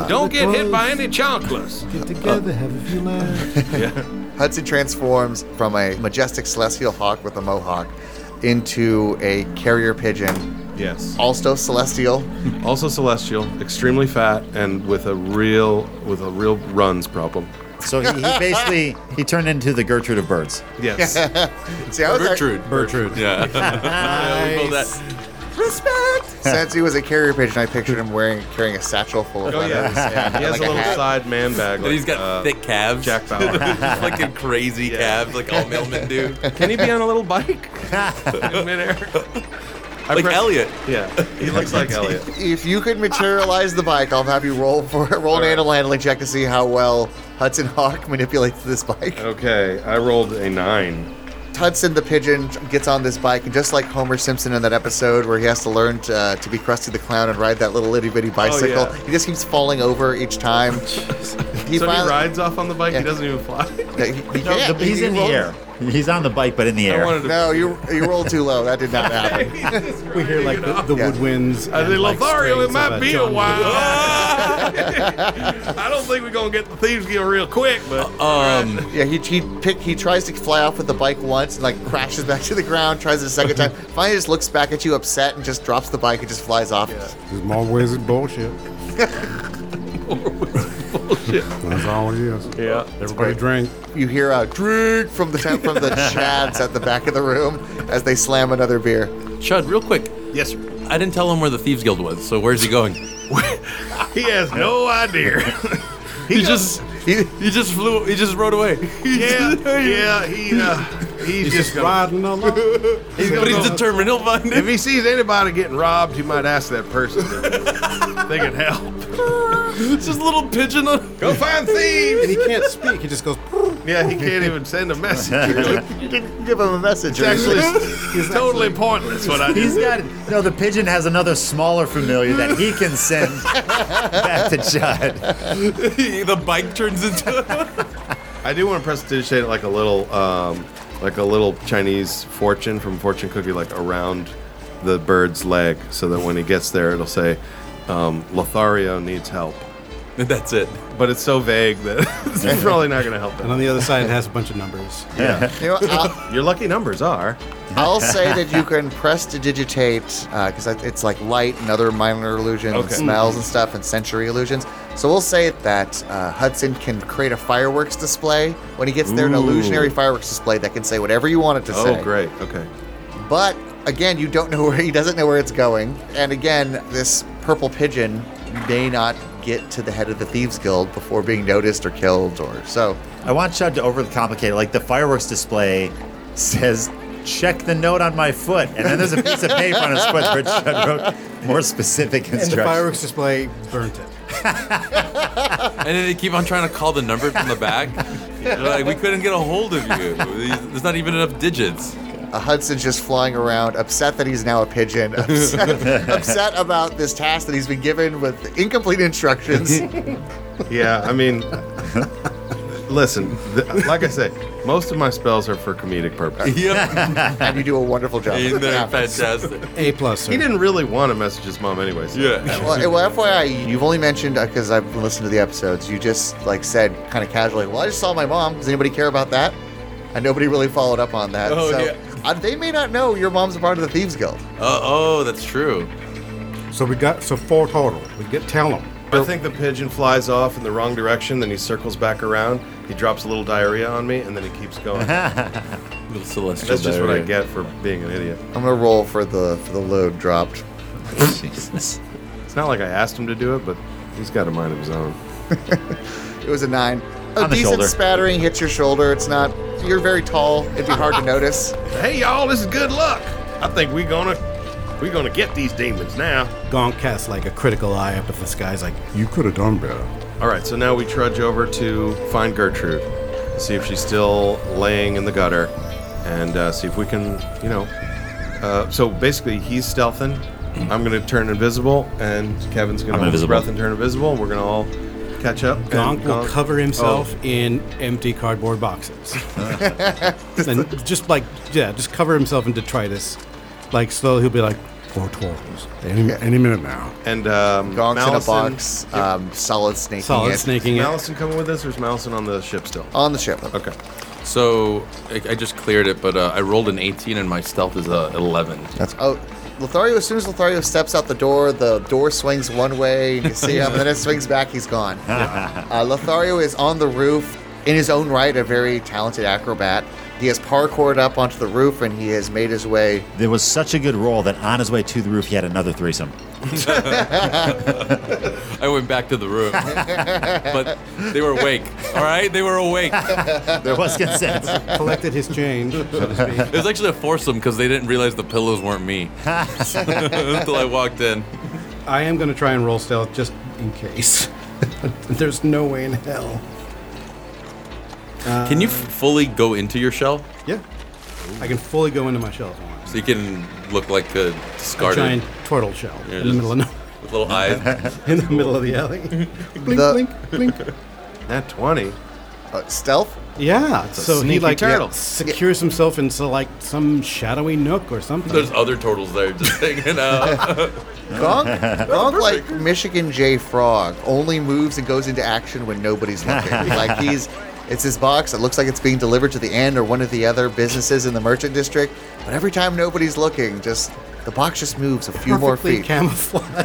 Speaker 6: Don't get hit
Speaker 8: clothes.
Speaker 6: by any Uh, chonklers.
Speaker 8: Get
Speaker 9: Uh,
Speaker 8: together, have a few laughs.
Speaker 2: Hudson transforms from a majestic celestial hawk with a mohawk into a carrier pigeon,
Speaker 6: Yes.
Speaker 2: also celestial.
Speaker 6: Also celestial, extremely fat, and with a real with a real runs problem.
Speaker 4: so he, he basically he turned into the Gertrude of birds.
Speaker 6: Yes.
Speaker 2: See, I was like-
Speaker 7: Gertrude.
Speaker 8: Gertrude.
Speaker 7: Yeah. We call that- Respect.
Speaker 2: Since he was a carrier pigeon, I pictured him wearing carrying a satchel full of
Speaker 6: Oh
Speaker 2: letters.
Speaker 6: yeah, he has
Speaker 2: like
Speaker 6: a
Speaker 2: a
Speaker 6: little
Speaker 2: hat.
Speaker 6: side man bag.
Speaker 7: And he's
Speaker 6: like,
Speaker 7: got
Speaker 6: uh,
Speaker 7: thick calves.
Speaker 6: Jack Bauer.
Speaker 7: Fucking crazy calves, like all mailmen do.
Speaker 6: Can he be on a little bike? In midair. I
Speaker 7: Like
Speaker 6: press-
Speaker 7: Elliot.
Speaker 6: Yeah, he looks like Elliot.
Speaker 2: If you could materialize the bike, I'll have you roll for roll an animal handling check to see how well Hudson Hawk manipulates this bike.
Speaker 6: Okay, I rolled a nine.
Speaker 2: Hudson the pigeon gets on this bike, and just like Homer Simpson in that episode where he has to learn to, uh, to be Krusty the Clown and ride that little itty bitty bicycle,
Speaker 6: Oh, yeah.
Speaker 2: he just keeps falling over each time. he
Speaker 6: so he
Speaker 2: finally-
Speaker 6: rides off on the bike.
Speaker 2: Yeah.
Speaker 6: He doesn't even fly.
Speaker 2: Yeah, he- he
Speaker 4: No,
Speaker 2: can't.
Speaker 4: the, he's
Speaker 2: He-
Speaker 4: in
Speaker 2: he
Speaker 4: the
Speaker 2: rolled-
Speaker 4: air. He's on the bike, but in the
Speaker 6: I
Speaker 4: air.
Speaker 6: wanted to.
Speaker 2: No, you you rolled too low. That did not happen.
Speaker 8: We hear like the, the
Speaker 2: Yeah.
Speaker 8: woodwinds.
Speaker 6: I
Speaker 8: and,
Speaker 6: think
Speaker 8: like,
Speaker 6: Lothario, it
Speaker 8: strings of
Speaker 6: might
Speaker 8: a
Speaker 6: be a
Speaker 8: John
Speaker 6: while.
Speaker 8: Wood.
Speaker 6: I don't think we're gonna get the thieves guild real quick, but
Speaker 7: Um,
Speaker 2: Yeah, he he pick he tries to fly off with the bike once and like crashes back to the ground. Tries it a second time. Finally, just looks back at you upset and just drops the bike and just flies off.
Speaker 5: There's more ways than bullshit. That's all it is.
Speaker 6: yeah.
Speaker 5: Everybody drink.
Speaker 2: You hear a drink from the from the chads at the back of the room as they slam another beer.
Speaker 7: Chud, real quick.
Speaker 6: Yes, sir.
Speaker 7: I didn't tell him where the Thieves Guild was, so where's he going?
Speaker 6: He has no idea.
Speaker 7: He just he, he just flew. He just rode away.
Speaker 6: yeah, yeah. He uh, he's, just gonna,
Speaker 5: Riding along.
Speaker 6: he's
Speaker 7: But
Speaker 6: gonna
Speaker 7: he's
Speaker 6: go-
Speaker 7: determined. He'll find
Speaker 6: If
Speaker 7: it.
Speaker 6: he sees anybody getting robbed, he might ask that person. if they can help.
Speaker 7: It's just a little pigeon on.
Speaker 6: Go find thieves.
Speaker 8: And he can't speak. He just goes.
Speaker 6: Yeah, he can't even send a message.
Speaker 2: You didn't give him a message.
Speaker 6: It's actually it's totally pointless what I
Speaker 4: He's
Speaker 6: did.
Speaker 4: got no. The pigeon has another smaller familiar that he can send back to Chud.
Speaker 7: the bike turns into.
Speaker 6: I do want to prestidigitate like a little, um, like a little Chinese fortune from fortune cookie, like around the bird's leg, so that when he gets there, it'll say, um, "Lothario needs help."
Speaker 7: And That's it.
Speaker 6: But it's so vague that it's probably not going to help
Speaker 8: And
Speaker 6: him.
Speaker 8: on the other side, it has a bunch of numbers.
Speaker 2: You know, I'll,
Speaker 6: Your lucky numbers are.
Speaker 2: I'll say that you can press to digitate because it's like light and other minor illusions, and
Speaker 6: Okay. Mm-hmm.
Speaker 2: smells and stuff, and sensory illusions. So we'll say that uh, Hudson can create a fireworks display when he gets there, an
Speaker 6: Ooh.
Speaker 2: illusionary fireworks display that can say whatever you want it to say.
Speaker 6: Oh, great. Okay.
Speaker 2: But again, you don't know where he doesn't know where it's going, and again, this purple pigeon may not get to the head of the thieves guild before being noticed or killed or so.
Speaker 4: I want Chud to overcomplicate it. Like the fireworks display says, check the note on my foot, and then there's a piece of paper on his foot where Chud wrote more specific
Speaker 8: And the
Speaker 4: instructions.
Speaker 8: fireworks display burnt it.
Speaker 7: And then they keep on trying to call the number from the back. They're like, we couldn't get a hold of you. There's not even enough digits.
Speaker 2: Uh, Hudson's just flying around, upset that he's now a pigeon, upset, upset about this task that he's been given with incomplete instructions.
Speaker 6: Yeah, I mean, listen, th- like I say, most of my spells are for comedic purposes.
Speaker 7: Yep.
Speaker 2: and you do a wonderful job.
Speaker 7: He's
Speaker 2: Yeah.
Speaker 7: there. Fantastic.
Speaker 8: A plus. Sir.
Speaker 6: He didn't really want to message his mom, anyways.
Speaker 7: Yeah.
Speaker 2: Well, well, FYI, you've only mentioned because I've been listening to the episodes. You just like said kind of casually, "Well, I just saw my mom. Does anybody care about that?" And nobody really followed up on that.
Speaker 7: Oh,
Speaker 2: so
Speaker 7: yeah.
Speaker 2: uh, they may not know your mom's a part of the thieves guild.
Speaker 7: Uh, oh, that's true.
Speaker 5: So we got so four total. We get tell them.
Speaker 6: I think the pigeon flies off in the wrong direction, then he circles back around. He drops a little diarrhea on me, and then he keeps going. That's
Speaker 7: Little celestial.
Speaker 6: just what I
Speaker 7: diarrhea.
Speaker 6: get for being an idiot.
Speaker 2: I'm gonna roll for the for the load dropped.
Speaker 6: It's not like I asked him to do it, but he's got a mind of his own.
Speaker 2: It was a nine. A
Speaker 4: On the
Speaker 2: decent
Speaker 4: shoulder.
Speaker 2: spattering hits your shoulder. It's not. You're very tall. It'd be hard to notice.
Speaker 6: Hey, y'all, this is good luck. I think we gonna we gonna get these demons now.
Speaker 8: Gonk casts like a critical eye up at the sky. He's like,
Speaker 5: You could have done better.
Speaker 6: All right, so now we trudge over to find Gertrude, see if she's still laying in the gutter, and uh, see if we can, you know. Uh, so basically, he's stealthing. I'm gonna turn invisible, and Kevin's gonna
Speaker 4: I'm
Speaker 6: hold his
Speaker 4: invisible.
Speaker 6: breath and turn invisible. and We're gonna all catch up. and
Speaker 8: Gonk will
Speaker 6: Gonk- Oh.
Speaker 8: cover himself in empty cardboard boxes. and just like, yeah, just cover himself in detritus. Like, slowly he'll be like, four twirls.
Speaker 5: Any, any minute now.
Speaker 6: Oh, and um,
Speaker 2: Gongs in a
Speaker 6: Malison-
Speaker 2: box. Um, solid snaking.
Speaker 8: Solid
Speaker 2: it.
Speaker 8: snaking it.
Speaker 6: Malison coming with us, or is Malison on the ship still?
Speaker 2: on the ship.
Speaker 6: Okay.
Speaker 7: So I, I just cleared it, but uh, I rolled an 18 and my stealth is uh, 11.
Speaker 2: That's oh. Lothario, as soon as Lothario steps out the door, the door swings one way, and you see him, and then it swings back, he's gone. Uh, Lothario is on the roof, in his own right, a very talented acrobat. He has parkoured up onto the roof, and he has made his way.
Speaker 4: There was such a good roll that on his way to the roof, he had another threesome.
Speaker 7: I went back to the room, but they were awake. All right, they were awake. It
Speaker 4: There was consent.
Speaker 8: Collected his change, so to speak.
Speaker 7: was actually a foursome because they didn't realize the pillows weren't me until I walked in.
Speaker 8: I am going to try and roll stealth just in case. There's no way in hell.
Speaker 7: Can you f- fully go into your shell?
Speaker 8: Yeah. I can fully go into my shell tomorrow.
Speaker 7: So you can look like a
Speaker 8: A
Speaker 7: discarded
Speaker 8: giant turtle shell in the
Speaker 7: just-
Speaker 8: middle of no,
Speaker 7: with little eyes.
Speaker 8: in the middle of the alley. blink,
Speaker 2: The-
Speaker 8: blink, blink.
Speaker 6: That 20.
Speaker 2: Uh, stealth?
Speaker 8: Yeah. So he
Speaker 6: sneaky
Speaker 8: like
Speaker 6: turtle.
Speaker 8: secures himself into like some shadowy nook or something.
Speaker 7: There's other turtles there just hanging out.
Speaker 2: Gronk, Gronk like Michigan J. Frog, only moves and goes into action when nobody's looking. like he's, it's his box. It looks like it's being delivered to the end or one of the other businesses in the merchant district. But every time nobody's looking, just the box just moves a few more
Speaker 8: Perfectly
Speaker 2: feet.
Speaker 8: camouflaged.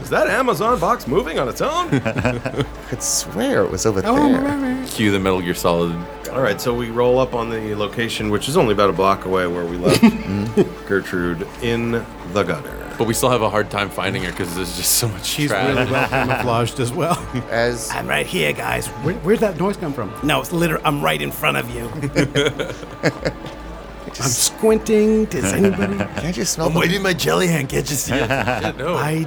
Speaker 6: Is that Amazon box moving on its own?
Speaker 2: I could swear it was over
Speaker 8: Oh,
Speaker 2: there.
Speaker 7: Cue the Metal Gear Solid.
Speaker 6: All right, so we roll up on the location, which is only about a block away where we left
Speaker 2: Mm-hmm.
Speaker 6: Gertrude in the gutter.
Speaker 7: But we still have a hard time finding her because there's just so much
Speaker 8: He's
Speaker 7: trash.
Speaker 8: really well camouflaged as well.
Speaker 2: As
Speaker 8: I'm right here, guys. Where, where'd that noise come from? No, it's literally, I'm right in front of you. I'm squinting. Does anybody?
Speaker 2: can't you smell? The,
Speaker 7: waving my jelly hand. Can't you see it? no.
Speaker 8: I,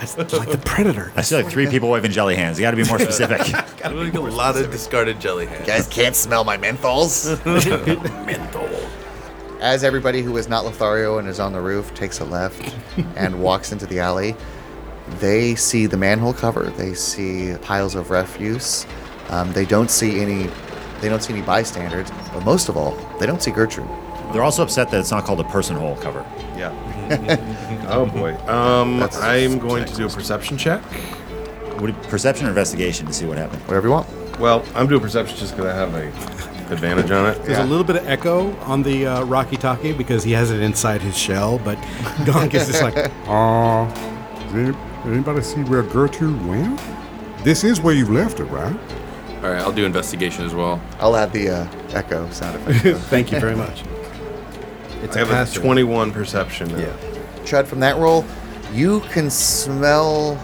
Speaker 8: it's like the predator.
Speaker 4: I see like three people waving jelly hands. You got to be more specific.
Speaker 7: Really a lot of discarded jelly hands.
Speaker 2: guys can't smell my menthols. As everybody who is not Lothario and is on the roof takes a left and walks into the alley, they see the manhole cover. They see piles of refuse. Um, they don't see any. They don't see any bystanders. But most of all, they don't see Gertrude.
Speaker 4: They're also upset that it's not called a person hole cover.
Speaker 6: Yeah. oh boy. Um, I'm going to do a perception check.
Speaker 4: Would it, perception or investigation to see what happened?
Speaker 2: Whatever you want.
Speaker 6: Well, I'm doing perception just because I have a advantage on it.
Speaker 8: There's a little bit of echo on the uh, Rocky Taki because he has it inside his shell, but Gonk is just like,
Speaker 5: Uh, did anybody see where Gertrude went? This is where you left her, right?
Speaker 7: All right, I'll do investigation as well.
Speaker 2: I'll add the uh, echo sound effect.
Speaker 8: thank you very much. It's
Speaker 6: I have a
Speaker 8: passive.
Speaker 6: 21 perception. now.
Speaker 8: Yeah.
Speaker 2: Chud, from that roll, you can smell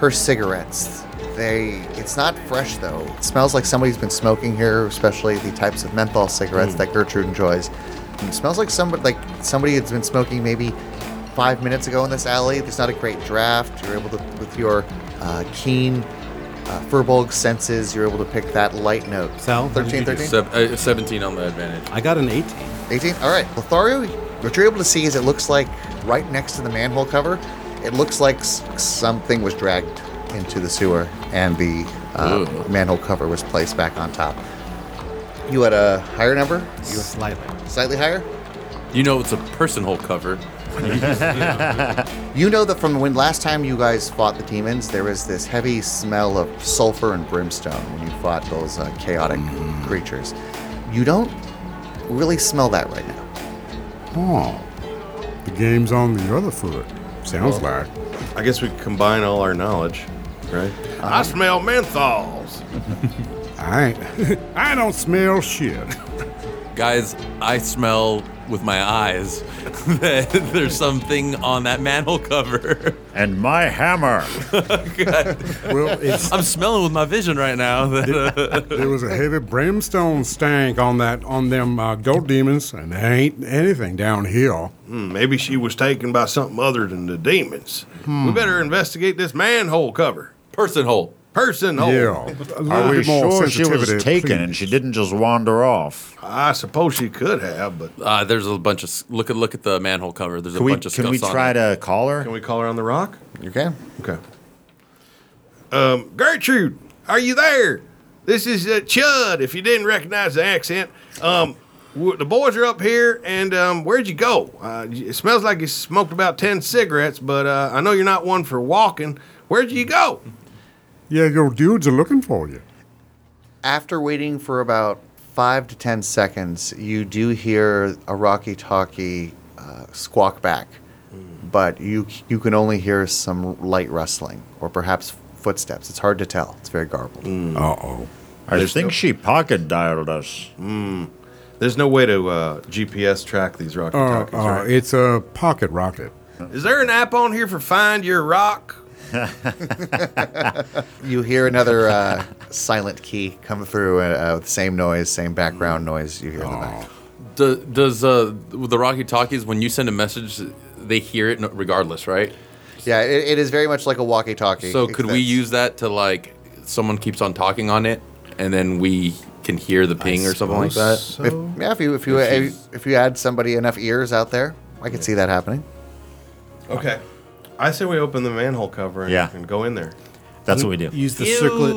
Speaker 2: her cigarettes. They it's not fresh though. It smells like somebody's been smoking here, especially the types of menthol
Speaker 8: Hmm.
Speaker 2: cigarettes that Gertrude enjoys. And it smells like somebody like somebody that's been smoking maybe five minutes ago in this alley. There's not a great draft. You're able to with your uh, keen uh, Furbolg senses, you're able to pick that light note.
Speaker 8: Sal, how did
Speaker 2: 13,
Speaker 8: you
Speaker 2: 13?
Speaker 8: do?
Speaker 7: Seb- uh, 17 on the advantage.
Speaker 8: I got an 18.
Speaker 2: 18. All right, Lothario, what you're able to see is it looks like right next to the manhole cover, it looks like s- something was dragged into the sewer and the uh,
Speaker 7: Ooh.
Speaker 2: manhole cover was placed back on top. You had a higher number? You
Speaker 8: Slightly.
Speaker 2: slightly higher?
Speaker 7: You know it's a person hole cover.
Speaker 2: You know that from when last time you guys fought the demons, there was this heavy smell of sulfur and brimstone when you fought those uh, chaotic
Speaker 5: Mm-hmm.
Speaker 2: creatures. You don't really smell that right now.
Speaker 5: Oh, the game's on the other foot. Sounds like.
Speaker 6: I guess we combine all our knowledge, right? I
Speaker 2: Um,
Speaker 6: smell menthols.
Speaker 5: I ain't, I don't smell shit.
Speaker 7: Guys, I smell with my eyes that there's something on that manhole cover.
Speaker 4: And my hammer.
Speaker 5: Well, it's,
Speaker 7: I'm smelling with my vision right now. That, uh,
Speaker 5: there was a heavy brimstone stank on that on them uh, gold demons, and there ain't anything down here.
Speaker 6: Hmm, maybe she was taken by something other than the demons.
Speaker 4: Hmm.
Speaker 6: We better investigate this manhole cover.
Speaker 7: person hole.
Speaker 6: Person hole.
Speaker 5: Yeah, a little
Speaker 4: Are we
Speaker 5: bit more
Speaker 4: sure she was
Speaker 5: sensitivity,
Speaker 4: taken
Speaker 5: please.
Speaker 4: and she didn't just wander off?
Speaker 6: I suppose she could have, but
Speaker 7: Uh, there's a bunch of s- look at look at the manhole cover. There's a
Speaker 4: Can we,
Speaker 7: bunch of
Speaker 4: can we
Speaker 7: scuffs on
Speaker 4: try
Speaker 7: it.
Speaker 4: to call
Speaker 6: can
Speaker 4: her?
Speaker 6: we call her on the rock?
Speaker 2: You can.
Speaker 6: Okay. Um, Gertrude, are you there? This is uh, Chud. If you didn't recognize the accent, um, w- the boys are up here, and um, where'd you go? Uh, y- it smells like you smoked about ten cigarettes, but uh, I know you're not one for walking. Where'd you go?
Speaker 5: Yeah, your dudes are looking for you.
Speaker 2: after waiting for about five to ten seconds, you do hear a Rocky Talkie uh, squawk back,
Speaker 4: Hmm.
Speaker 2: but you you can only hear some light rustling or perhaps footsteps. It's hard to tell. It's very garbled.
Speaker 5: Uh oh.
Speaker 4: Hmm. I think she pocket dialed us.
Speaker 6: Hmm. There's no way to uh, GPS track these rocky
Speaker 5: Uh, uh, it's a pocket rocket.
Speaker 6: Is there an app on here for Find Your Rock?
Speaker 2: You hear another uh, silent key come through uh, with the same noise, same
Speaker 4: Hmm.
Speaker 2: background noise you hear in the back.
Speaker 7: Do, does uh, the Rocky Talkies when you send a message, they hear it regardless, right?
Speaker 2: Yeah, it, it is very much like a walkie-talkie.
Speaker 7: So could we
Speaker 2: except-
Speaker 7: use that to like someone keeps on talking on it, and then we can hear the ping or something like that.
Speaker 2: If,
Speaker 4: Oh.
Speaker 2: yeah, if you if you if, you add somebody enough ears out there, I could see that happening.
Speaker 6: Okay. I say we open the manhole cover and,
Speaker 4: Yeah.
Speaker 6: and go in there.
Speaker 4: That's what we do.
Speaker 8: Use the circlet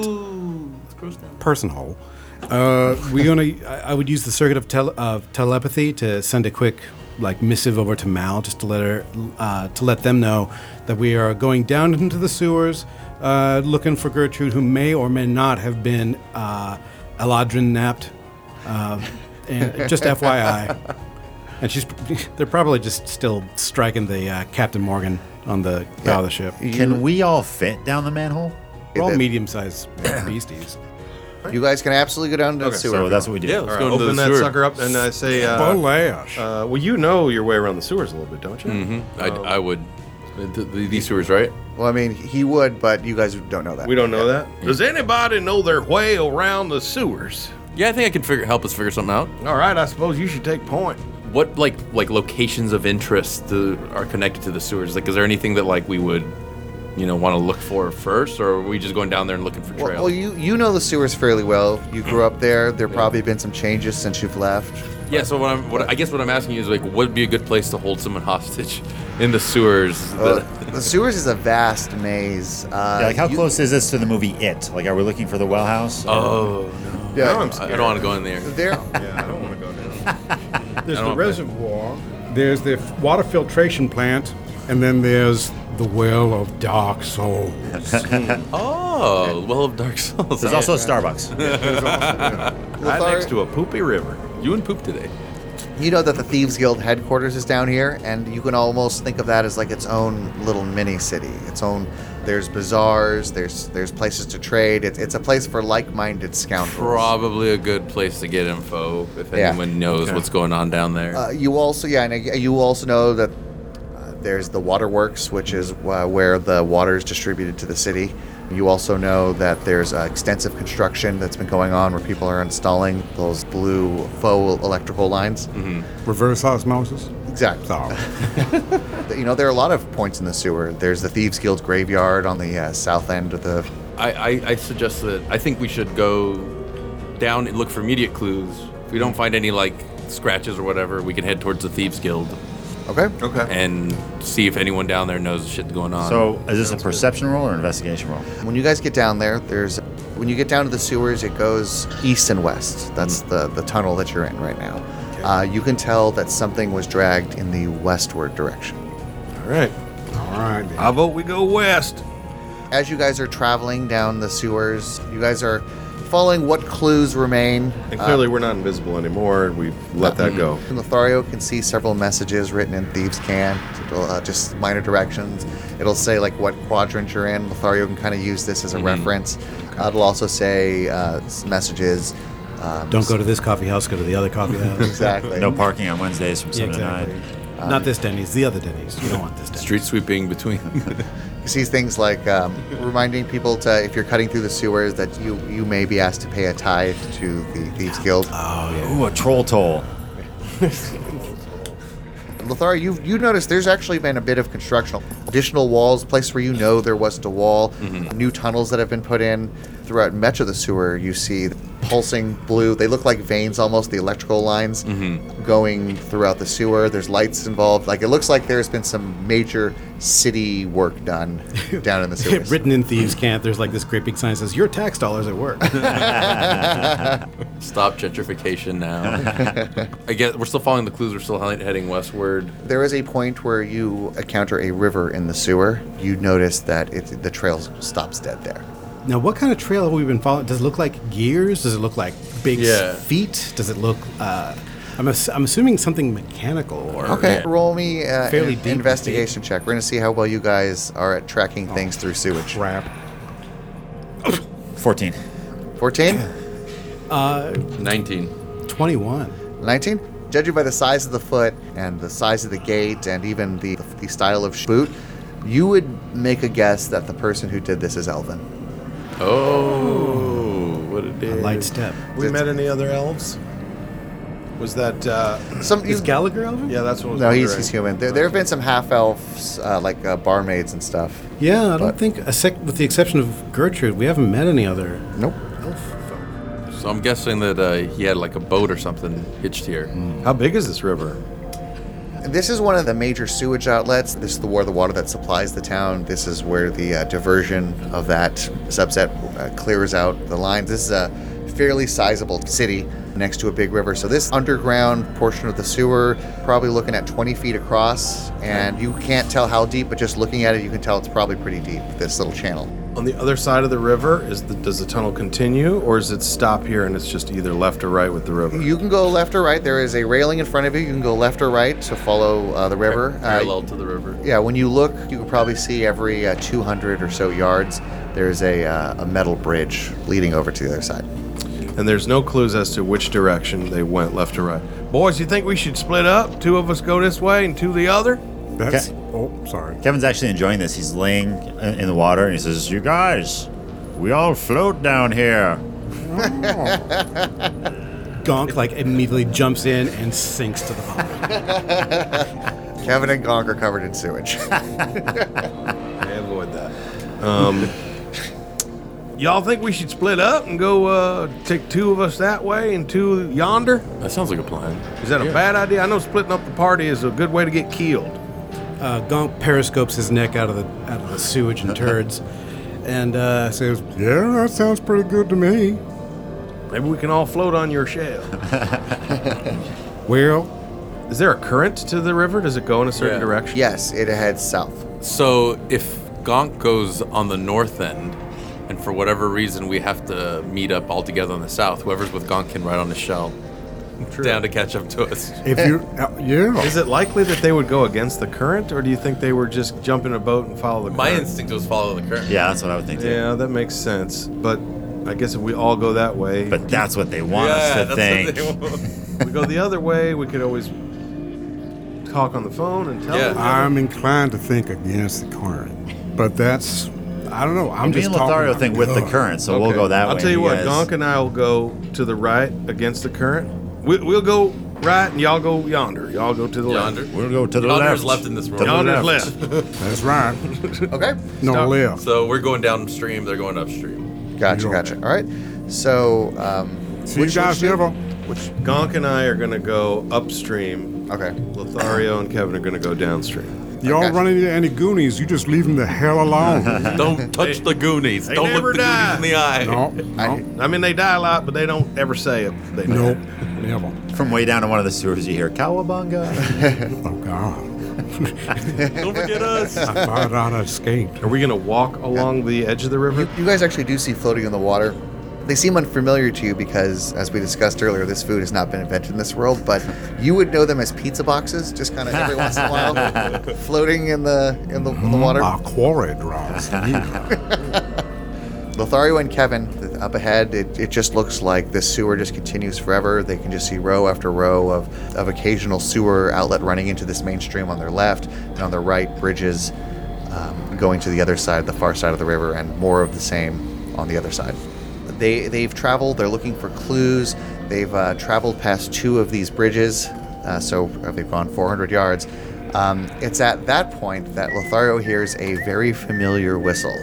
Speaker 8: person hole. Uh, we're gonna. I, I would use the circuit of, tele, of telepathy to send a quick like missive over to Mal, just to let her uh, to let them know that we are going down into the sewers, uh, looking for Gertrude, who may or may not have been uh, Eladrin napped. Uh, and just FYI, and she's they're probably just still striking the uh, Captain Morgan on the bow of the ship.
Speaker 4: Can we all fit down the manhole?
Speaker 8: We're all
Speaker 2: that-
Speaker 8: medium-sized beasties.
Speaker 2: You guys can absolutely go down to the
Speaker 6: Okay,
Speaker 2: sewer.
Speaker 4: So
Speaker 2: if
Speaker 4: that's
Speaker 2: you
Speaker 4: what we do.
Speaker 7: Yeah, let's
Speaker 6: All right,
Speaker 7: go into
Speaker 6: open
Speaker 7: the
Speaker 6: that
Speaker 7: sewer.
Speaker 6: sucker up and I say, uh,
Speaker 5: Balash.
Speaker 6: uh, well, you know your way around the sewers a little bit, don't you?
Speaker 7: Mm-hmm.
Speaker 6: Uh,
Speaker 7: I, I would. The, the, these sewers, right?
Speaker 2: want. well, I mean, he would, but you guys don't know that.
Speaker 6: We don't know that. Does anybody know their way around the sewers?
Speaker 7: Yeah, I think I can figure help us figure something out.
Speaker 6: All right, I suppose you should take point.
Speaker 7: What like like locations of interest uh, are connected to the sewers? Like, is there anything that like we would, you know, want to look for first, or are we just going down there and looking for trails?
Speaker 2: Well, well, you you know the sewers fairly well. You grew up there. There probably been some changes since you've left.
Speaker 7: yeah. So what I'm what I guess what I'm asking you is like, what would be a good place to hold someone hostage in the sewers?
Speaker 2: Uh,
Speaker 7: that-
Speaker 2: the sewers is a vast maze. Uh,
Speaker 4: Yeah, like, how
Speaker 2: you-
Speaker 4: close is this to the movie It? Like, are we looking for the well house?
Speaker 7: oh,
Speaker 2: Yeah,
Speaker 6: Now I'm
Speaker 7: I I
Speaker 6: scared.
Speaker 7: don't want to go in there.
Speaker 2: there.
Speaker 6: Yeah, I don't want to go down.
Speaker 5: There's
Speaker 7: I
Speaker 5: the
Speaker 7: don't know.
Speaker 5: reservoir, there's the f- water filtration plant, and then there's the well of dark souls.
Speaker 7: Oh, well of Dark Souls.
Speaker 4: There's also a Starbucks.
Speaker 6: Right
Speaker 2: Lothar-
Speaker 6: next to a poopy river.
Speaker 7: you and poop today.
Speaker 2: You know that the Thieves Guild headquarters is down here, and you can almost think of that as like its own little mini city. Its own. There's bazaars. There's there's places to trade. It's it's a place for like-minded scoundrels.
Speaker 7: Probably a good place to get info if
Speaker 2: Yeah.
Speaker 7: anyone knows what's going on down there.
Speaker 2: Uh, you also yeah, and you also know that uh, there's the waterworks, which is uh, where the water is distributed to the city. You also know that there's uh, extensive construction that's been going on where people are installing those blue faux electrical lines.
Speaker 5: Reverse osmosis?
Speaker 2: Exactly.
Speaker 5: Sorry.
Speaker 2: You know, there are a lot of points in the sewer. There's the Thieves Guild graveyard on the uh, south end of the.
Speaker 7: I, I, I suggest that I think we should go down and look for immediate clues. If we don't find any like scratches or whatever, we can head towards the Thieves Guild
Speaker 2: Okay.
Speaker 6: Okay.
Speaker 7: and see if anyone down there knows shit going on.
Speaker 4: So, is this a perception roll or an investigation roll?
Speaker 2: When you guys get down there, there's. When you get down to the sewers, it goes east and west. That's the, the tunnel that you're in right now. Uh, you can tell that something was dragged in the westward direction.
Speaker 6: All right.
Speaker 5: All right. then.
Speaker 6: I vote we go west.
Speaker 2: As you guys are traveling down the sewers, you guys are following what clues remain. Uh,
Speaker 6: And clearly, we're not invisible anymore. We've let that go.
Speaker 8: Mm-hmm.
Speaker 2: And Lothario can see several messages written in Thieves' Can, it'll, uh, just minor directions. It'll say like what quadrant you're in. Lothario can kind of use this as a
Speaker 4: Mm-hmm.
Speaker 2: reference. Uh, it'll also say uh, s- messages. Um,
Speaker 8: Don't go to this coffee house. Go to the other coffee house.
Speaker 2: Exactly. Um,
Speaker 4: No parking on Wednesdays from
Speaker 8: Yeah,
Speaker 4: 7
Speaker 8: exactly.
Speaker 4: to 9.
Speaker 8: Not this Denny's. The other Denny's. You don't want this Denny's.
Speaker 7: street sweeping between.
Speaker 2: He sees things like um, reminding people to, if you're cutting through the sewers, that you you may be asked to pay a tithe to the Thieves Guild.
Speaker 8: Oh,
Speaker 4: Ooh, a troll toll.
Speaker 2: Lothario, you you noticed there's actually been a bit of construction, additional walls, place where you know there wasn't a wall, new tunnels that have been put in throughout much of the sewer. You see pulsing blue; they look like veins, almost the electrical lines
Speaker 7: Mm-hmm.
Speaker 2: going throughout the sewer. There's lights involved. Like it looks like there's been some major city work done down in the sewers.
Speaker 8: Written in thieves' cant, there's like this great big sign that says, "Your tax dollars at work."
Speaker 7: Stop gentrification now. I guess we're still following the clues. We're still he- heading westward.
Speaker 2: There is a point where you encounter a river in the sewer. You notice that it, the trail stops dead there.
Speaker 8: now, what kind of trail have we been following? Does it look like gears? Does it look like big s-
Speaker 7: Yeah.
Speaker 8: feet? Does it look? Uh, I'm, ass- I'm assuming something mechanical or
Speaker 2: Okay, roll me uh,
Speaker 8: Fairly
Speaker 2: an
Speaker 8: deep Oh,
Speaker 2: investigation check. We're gonna see how well you guys are at tracking things through sewage.
Speaker 8: crap.
Speaker 4: 14.
Speaker 2: Fourteen,
Speaker 7: 19.
Speaker 8: Uh, Twenty-one.
Speaker 2: nineteen. 14, 19. Judging by the size of the foot and the size of the gate and even the, the style of boot, you would make a guess that the person who did this is Elvin.
Speaker 7: Oh, what a day.
Speaker 8: Light step.
Speaker 6: We met any other elves? Was that? Uh,
Speaker 2: Some
Speaker 8: Is
Speaker 2: you,
Speaker 8: Gallagher over?
Speaker 6: yeah, that's what. Was
Speaker 2: no, he's,
Speaker 6: wondering.
Speaker 2: he's human. There, there have been some half elves, uh, like uh, barmaids and stuff.
Speaker 8: Yeah, I don't
Speaker 2: But-
Speaker 8: think, a sec- with the exception of Gertrude, we haven't met any other
Speaker 2: Nope.
Speaker 8: elf folk.
Speaker 7: It's So I'm guessing that uh, he had like a boat or something hitched here.
Speaker 4: Mm.
Speaker 6: How big is this river?
Speaker 2: This is one of the major sewage outlets. This is the war of the water that supplies the town. This is where the uh, diversion of that subset uh, clears out the lines. This is a fairly sizable city next to a big river. So this underground portion of the sewer, probably looking at 20 feet across, and you can't tell how deep, but just looking at it, you can tell it's probably pretty deep. This little channel.
Speaker 6: On the other side of the river, is the, does the tunnel continue, or does it stop here and it's just either left or right with the river?
Speaker 2: You can go left or right. There is a railing in front of you. You can go left or right to follow uh, the river. Uh,
Speaker 7: Parallel to the river.
Speaker 2: Yeah, when you look, you can probably see every uh, 200 or so yards, there's a, uh, a metal bridge leading over to the other side.
Speaker 6: and there's no clues as to which direction they went, left or right. Boys, you think we should split up? Two of us go this way and two the other?
Speaker 5: That's. Oh, sorry.
Speaker 4: Kevin's actually enjoying this. He's laying in in the water and he says, You guys, we all float down here.
Speaker 8: Gonk like immediately jumps in and sinks to the bottom.
Speaker 2: Kevin and Gong are covered in sewage.
Speaker 6: I avoid that. Um, y'all think we should split up and go uh, take two of us that way and two yonder?
Speaker 7: That sounds like a plan.
Speaker 6: Is that a bad idea? I know splitting up the party is a good way to get killed.
Speaker 8: Uh, Gonk periscopes his neck out of the out of the sewage and turds, and uh, says,
Speaker 5: Yeah, that sounds pretty good to me.
Speaker 6: Maybe we can all float on your shell.
Speaker 5: Well,
Speaker 6: is there a current to the river? Does it go in a certain
Speaker 7: Yeah.
Speaker 6: direction?
Speaker 2: yes, it heads south.
Speaker 7: So if Gonk goes on the north end, and for whatever reason we have to meet up all together on the south, whoever's with Gonk can ride on his shell down to catch up to us.
Speaker 5: if you. Uh, yeah.
Speaker 6: Is it likely that they would go against the current, or do you think they were just jump in a boat and follow the current?
Speaker 7: My instinct was follow the current.
Speaker 4: Yeah, that's what I would think. too.
Speaker 6: Yeah, that makes sense. But I guess if we all go that way,
Speaker 4: But that's what they want us to think.
Speaker 6: we go the other way, we could always talk on the phone and tell
Speaker 7: Yeah.
Speaker 6: them.
Speaker 5: I'm inclined to think against the current, but that's. I don't know. I'm
Speaker 4: Me
Speaker 5: just
Speaker 4: and
Speaker 5: talking
Speaker 4: Lothario
Speaker 5: about
Speaker 4: think with the
Speaker 5: ugh.
Speaker 4: current, so we'll
Speaker 6: Okay.
Speaker 4: go that way.
Speaker 6: I'll tell you what,
Speaker 4: guys-
Speaker 6: Gonk and I will go to the right against the current. We, we'll go right and y'all go yonder. Y'all go to the
Speaker 7: Yonder.
Speaker 6: left.
Speaker 4: We'll go to the
Speaker 7: Yonder's
Speaker 4: left.
Speaker 7: left in this
Speaker 4: To
Speaker 7: world.
Speaker 4: the
Speaker 6: Yonder's
Speaker 4: left.
Speaker 6: left.
Speaker 5: That's right.
Speaker 2: Okay.
Speaker 5: No
Speaker 6: Stop.
Speaker 5: left.
Speaker 7: So we're going downstream. They're going upstream.
Speaker 2: Gotcha,
Speaker 5: You're
Speaker 2: gotcha. All right. So, um,
Speaker 5: See you guys
Speaker 2: which-
Speaker 5: never.
Speaker 2: Which,
Speaker 6: Gonk and I are going to go upstream.
Speaker 2: okay.
Speaker 6: Lothario and Kevin are going to go downstream.
Speaker 5: Y'all
Speaker 2: Okay.
Speaker 5: run into any Goonies, you just leave them the hell alone.
Speaker 7: Don't touch the Goonies.
Speaker 6: they
Speaker 7: Don't
Speaker 6: never
Speaker 7: look the
Speaker 6: die.
Speaker 7: Goonies in the eye.
Speaker 5: no, no,
Speaker 6: I mean, they die a lot, but they don't ever say it. They die.
Speaker 5: nope, never.
Speaker 4: From way down in one of the sewers, you hear Cowabunga.
Speaker 5: Oh God,
Speaker 7: Don't forget us.
Speaker 5: I thought I'd escaped.
Speaker 6: Are we going to walk along the edge of the river?
Speaker 2: You, you guys actually do see floating in the water. They seem unfamiliar to you because, as we discussed earlier, this food has not been invented in this world, but you would know them as pizza boxes, just kind of every once in a while floating in the, in the, in the water.
Speaker 5: Mm, My quarry draws. near.
Speaker 2: Lothario and Kevin th- up ahead. It, it just looks like this sewer just continues forever. They can just see row after row of, of occasional sewer outlet running into this mainstream on their left, and on their right, bridges um, going to the other side, the far side of the river, and more of the same on the other side. They, they've traveled, they're looking for clues. They've uh, traveled past two of these bridges, uh, so they've gone 400 yards. Um, it's at that point that Lothario hears a very familiar whistle.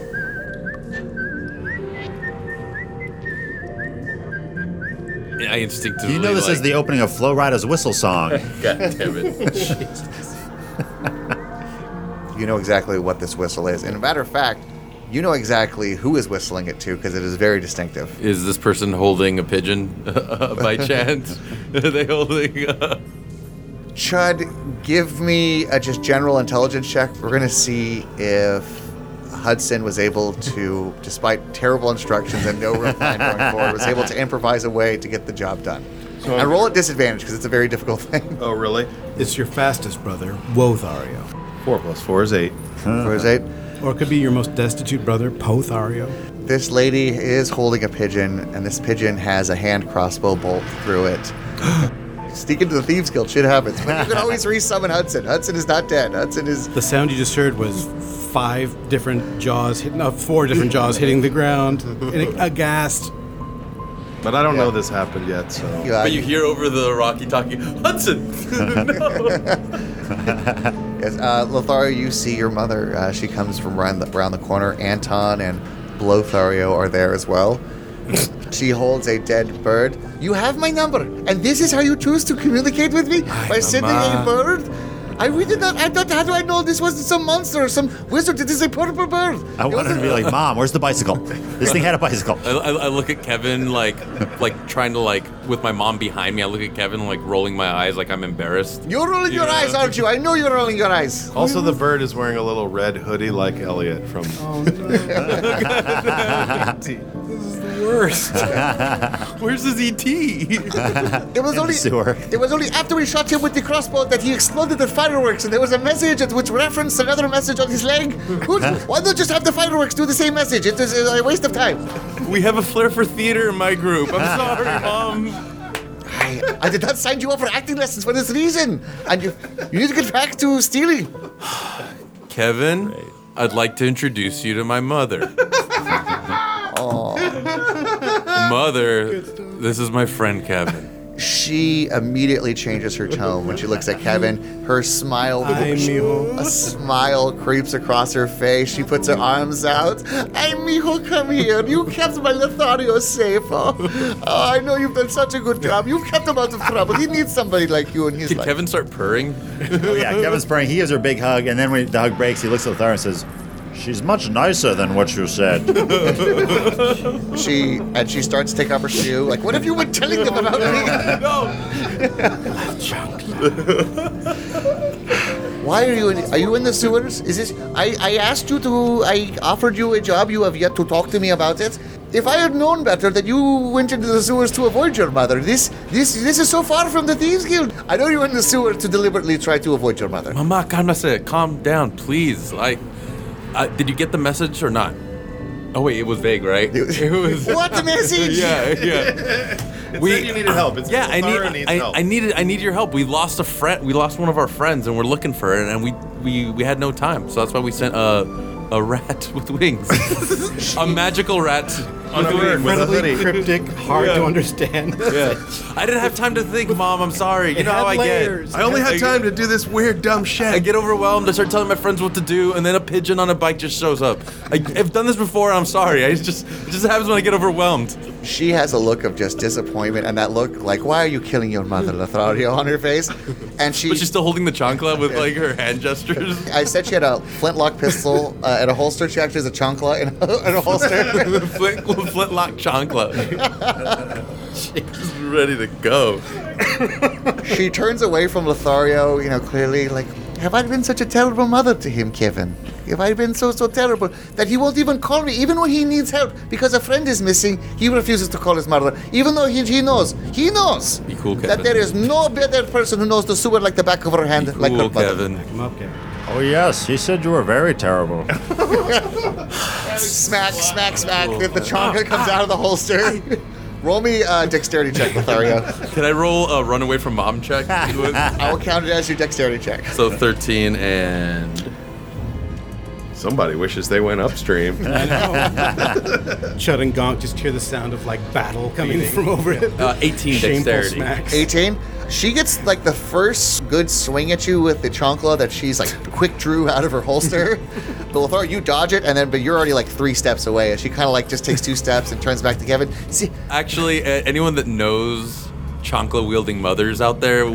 Speaker 7: I instinctively.
Speaker 4: you know this
Speaker 7: like,
Speaker 4: is the opening of Flow Rider's whistle song.
Speaker 7: God damn it.
Speaker 2: you know exactly what this whistle is. And matter of fact, you know exactly who is whistling it to because it is very distinctive.
Speaker 7: Is this person holding a pigeon uh, by chance? Are they holding? Uh,
Speaker 2: Chud, give me a just general intelligence check. We're gonna see if Hudson was able to, despite terrible instructions and no real plan going forward, was able to improvise a way to get the job done. and roll at disadvantage because it's a very difficult thing.
Speaker 6: Oh, really?
Speaker 8: "It's your fastest brother, Wothario,
Speaker 6: Four plus four is eight.
Speaker 2: Rose eight.
Speaker 8: or it could be your most destitute brother, Pothario."
Speaker 2: This lady is holding a pigeon, and this pigeon has a hand crossbow bolt through it. Sneak into the Thieves Guild, shit happens. But you can always resummon Hudson. Hudson is not dead. Hudson is.
Speaker 8: The sound you just heard was five different jaws, hitting, no, four different jaws hitting the ground, and aghast.
Speaker 6: But I don't
Speaker 2: Yeah.
Speaker 6: know this happened yet, so.
Speaker 2: uh,
Speaker 7: but you hear over the Rocky talkie, Hudson. no.
Speaker 2: yes, uh, Lothario, you see your mother. Uh, she comes from around the, around the corner. Anton and Blothario are there as well. She holds a dead bird. You have my number, and this is how you choose to communicate with me by sending a
Speaker 7: Mama.
Speaker 2: bird. I really did not. I thought, how do I know this wasn't some monster or some wizard? It is a purple bird.
Speaker 4: I
Speaker 2: It
Speaker 4: wanted to
Speaker 2: wasn't-
Speaker 4: be like, Mom, where's the bicycle? This thing had a bicycle.
Speaker 7: I, I, I look at Kevin like like trying to like with my mom behind me. I look at Kevin like rolling my eyes like I'm embarrassed.
Speaker 2: You're rolling your
Speaker 6: Yeah.
Speaker 2: eyes, aren't you? I know you're rolling your eyes.
Speaker 6: Also, the bird is wearing a little red hoodie like Elliot from.
Speaker 7: Worst. Where's his ET?
Speaker 2: It was
Speaker 4: In the
Speaker 2: only
Speaker 4: sewer.
Speaker 2: It was only after we shot him with the crossbow that he exploded the fireworks, and there was a message that- which referenced another message on his leg. Who- Why not just have the fireworks do the same message? It is a waste of time.
Speaker 7: we have a flair for theater in my group. I'm sorry, mom.
Speaker 2: I, I did not sign you up for acting lessons for this reason, and you, you need to get back to stealing.
Speaker 7: Kevin, I'd like to introduce you to my mother. Mother, this is my friend Kevin.
Speaker 2: She immediately changes her tone when she looks at Kevin. Her smile,
Speaker 8: Hi, mijo.
Speaker 2: a smile creeps across her face. She puts her arms out. Hey, mijo, come here. You kept my Lothario safe. Oh, Oh, I know you've done such a good job. You've kept him out of trouble. He needs somebody like you in his
Speaker 7: Did
Speaker 2: life.
Speaker 7: Kevin start purring?
Speaker 4: Oh, yeah, Kevin's praying. He gives her a big hug, and then when the hug breaks, he looks at Thar and says, She's much nicer than what you said.
Speaker 2: She and she starts to take off her shoe. Like, what have you been telling them about me? Why are you in? Are you in the sewers? Is this? I I asked you to. I offered you a job. You have yet to talk to me about it. If I had known better that you went into the sewers to avoid your mother, this this this is so far from the thieves guild. I know you went in the sewer to deliberately try to avoid your mother.
Speaker 7: Mama, calmase, calm down, please. Like, uh, did you get the message or not? Oh wait, it was vague, right? It was.
Speaker 2: What a message!
Speaker 7: Yeah, yeah. we
Speaker 6: said you needed help. It's
Speaker 7: yeah, I
Speaker 6: Laura
Speaker 7: need.
Speaker 6: needs
Speaker 7: I,
Speaker 6: help.
Speaker 7: I needed. I need your help. We lost a friend. We lost one of our friends, and we're looking for it. And we we we had no time, so that's why we sent a a rat with wings, a magical rat.
Speaker 6: On a bird with a
Speaker 5: Incredibly
Speaker 6: hoodie.
Speaker 5: cryptic, hard to understand.
Speaker 7: I didn't have time to think, Mom. I'm sorry. You know how I
Speaker 6: I only had time to do this weird, dumb
Speaker 7: get. I
Speaker 6: shit.
Speaker 7: get overwhelmed. I start telling my friends what to do, and then a pigeon on a bike just shows up. I, I've done this before. I'm sorry. I it's just it just happens when I get overwhelmed.
Speaker 2: She has a look of just disappointment and that look like, why are you killing your mother, Lothario, on her face? And she.
Speaker 7: But she's still holding the chancla with like her hand gestures.
Speaker 2: I said she had a flintlock pistol uh, and a holster. She actually has a chancla and a, and a holster.
Speaker 7: Flint, flintlock chancla. She's ready to go.
Speaker 2: she turns away from Lothario, you know, clearly like, have I been such a terrible mother to him, Kevin? Have I been so, so terrible that he won't even call me, even when he needs help? Because a friend is missing, he refuses to call his mother, even though he, he knows, he knows
Speaker 7: Be cool,
Speaker 2: that
Speaker 7: Kevin.
Speaker 2: there is no better person who knows the sewer like the back of her hand, like her
Speaker 7: Cool,
Speaker 2: mother.
Speaker 7: Kevin.
Speaker 8: Come up, Kevin.
Speaker 4: oh, yes, he said you were very terrible.
Speaker 2: Smack, smack, smack. If the
Speaker 7: Ah,
Speaker 2: chancla comes out of the holster, roll me a dexterity check, Lothario.
Speaker 7: Can I roll a runaway from mom check?
Speaker 2: I will count it as your dexterity check.
Speaker 7: so 13 and.
Speaker 6: Somebody wishes they went upstream.
Speaker 8: Chud and Gonk just hear the sound of like battle coming from over it.
Speaker 7: Uh, 18
Speaker 8: Shameful
Speaker 7: dexterity.
Speaker 8: smacks.
Speaker 2: 18. She gets like the first good swing at you with the chancla that she's like quick drew out of her holster. but Lothario, you dodge it, and then but you're already like three steps away, and she kind of like just takes two steps and turns back to Kevin. See,
Speaker 7: Actually, uh, anyone that knows chancla wielding mothers out there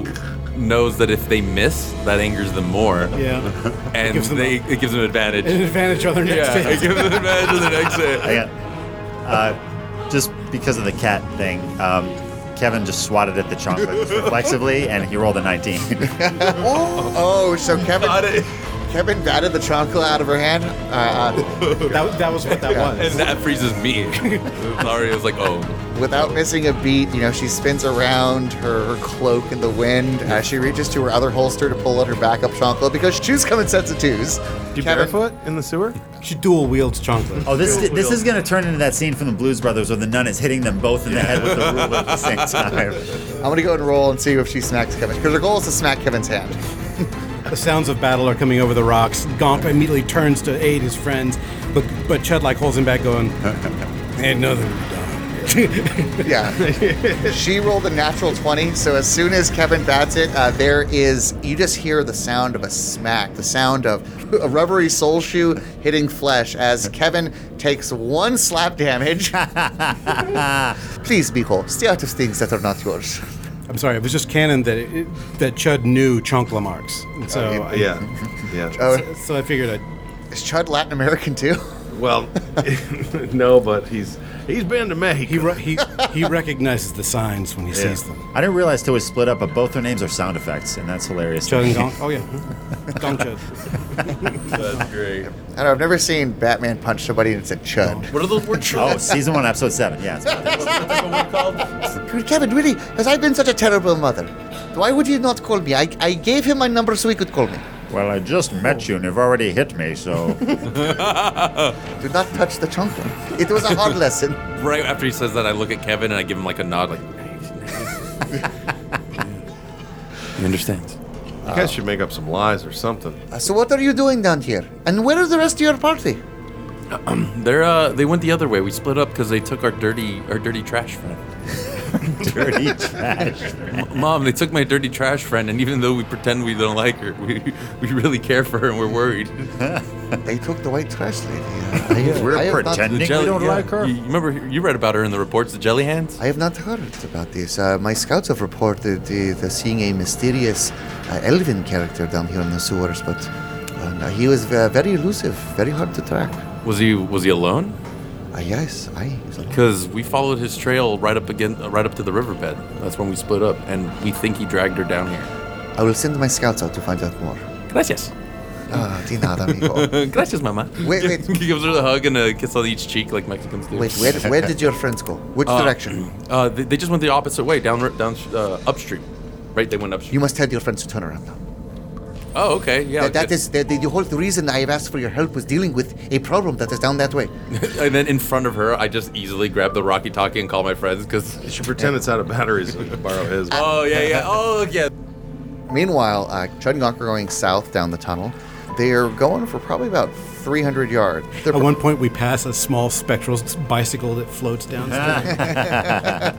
Speaker 7: knows that if they miss, that angers them more.
Speaker 8: Yeah.
Speaker 7: And
Speaker 8: gives them
Speaker 7: they,
Speaker 8: a-
Speaker 7: it gives them an
Speaker 8: An
Speaker 7: advantage.
Speaker 8: advantage on their next
Speaker 7: yeah, it
Speaker 8: phase.
Speaker 7: gives them an advantage in the next hit.
Speaker 4: Hang on. Uh, just because of the cat thing, um, Kevin just swatted at the chocolate reflexively, and he rolled a 19.
Speaker 2: oh, so Kevin,
Speaker 7: Got it.
Speaker 2: Kevin batted the chancla out of her hand. Uh,
Speaker 8: That, that was what that
Speaker 7: And
Speaker 8: was.
Speaker 7: that freezes me. Sorry, I was like, oh.
Speaker 2: uh, without missing a beat, you know, she spins around her, her cloak in the wind as she reaches to her other holster to pull out her backup chancla because shoes come in sets of twos.
Speaker 6: you
Speaker 2: Kevin-
Speaker 6: barefoot in the sewer?
Speaker 8: She dual wields chocolate.
Speaker 4: Oh, this this is going to turn into that scene from the Blues Brothers where the nun is hitting them both in the head with the ruler at the same time.
Speaker 2: I'm gonna go and roll and see if she smacks Kevin because her goal is to smack Kevin's hand.
Speaker 8: The sounds of battle are coming over the rocks. Gomp immediately turns to aid his friends, but but Chud like holds him back, going, "Ain't nothing to be done.
Speaker 2: Yeah. she rolled a natural 20, so as soon as Kevin bats it, uh, there is, you just hear the sound of a smack, the sound of a rubbery soul shoe hitting flesh as Kevin takes one slap damage. Please, Miko, stay out of things that are not yours.
Speaker 8: I'm sorry, it was just canon that it, that Chud knew Chunkla marks. And so, I,
Speaker 6: Yeah, Uh, yeah.
Speaker 2: Oh,
Speaker 8: so I figured I'd.
Speaker 2: is Chud Latin American too?
Speaker 6: Well, no, but he's he's been to Mexico.
Speaker 8: He, re- he, he recognizes the signs when he sees them.
Speaker 4: I didn't realize till we split up, but both their names are sound effects, and that's hilarious. to
Speaker 8: Chud
Speaker 4: me.
Speaker 8: and Gong. Oh, yeah. Gong Chud.
Speaker 6: That's great.
Speaker 2: I don't know, I've never seen Batman punch somebody and it said Chud.
Speaker 7: What are those words?
Speaker 4: Oh, season one, episode seven. Yeah. it's about that.
Speaker 2: Kevin, really, has I been such a terrible mother? Why would you not call me? I, I gave him my number so he could call me.
Speaker 4: well, I just met you, and you've already hit me, so.
Speaker 2: Do not touch the chunk. It was a hard lesson.
Speaker 7: Right after he says that, I look at Kevin and I give him like a nod, like. he understands.
Speaker 6: You guys should make up some lies or something.
Speaker 2: Uh, So what are you doing down here? And where is the rest of your party?
Speaker 7: They're uh, they went the other way. We split up because they took our dirty our dirty trash friend.
Speaker 4: Dirty trash.
Speaker 7: Mom, they took my dirty trash friend, and even though we pretend we don't like her, we, we really care for her and we're worried.
Speaker 2: They took the white trash lady. Uh, I have,
Speaker 4: We're
Speaker 2: I have not-
Speaker 4: pretending we don't like her.
Speaker 7: You, you remember you read about her in the reports, the jelly hands?
Speaker 2: I have not heard about this. Uh, my scouts have reported the, the seeing a mysterious uh, elven character down here in the sewers, but uh, no, he was uh, very elusive, very hard to track.
Speaker 7: Was he was he alone?
Speaker 2: Uh, yes, I.
Speaker 7: Because we followed his trail right up again, uh, right up to the riverbed. That's when we split up, and we think he dragged her down here.
Speaker 2: I will send my scouts out to find out more.
Speaker 7: Gracias,
Speaker 2: Ah, de nada, amigo.
Speaker 7: gracias, mama.
Speaker 2: Wait, wait.
Speaker 7: he gives her the hug and a kiss on each cheek like Mexicans do.
Speaker 2: Wait, where, where did your friends go? Which direction?
Speaker 7: Uh, they, they just went the opposite way, down ri- down uh, upstream, right? They went upstream.
Speaker 2: You must tell your friends to turn around now.
Speaker 7: oh, okay, yeah.
Speaker 2: That- that
Speaker 7: good.
Speaker 2: is the, the, the whole reason I have asked for your help was dealing with a problem that is down that way.
Speaker 7: And then in front of her, I just easily grab the Rocky Talkie and call my friends because.
Speaker 6: You should pretend it's out of batteries and you can borrow his.
Speaker 7: Oh yeah, yeah. Oh yeah.
Speaker 2: Meanwhile, uh, Chud and Gonk are going south down the tunnel. They're going for probably about 300 yards. They're
Speaker 8: At one point, we pass a small spectral s- bicycle that floats down.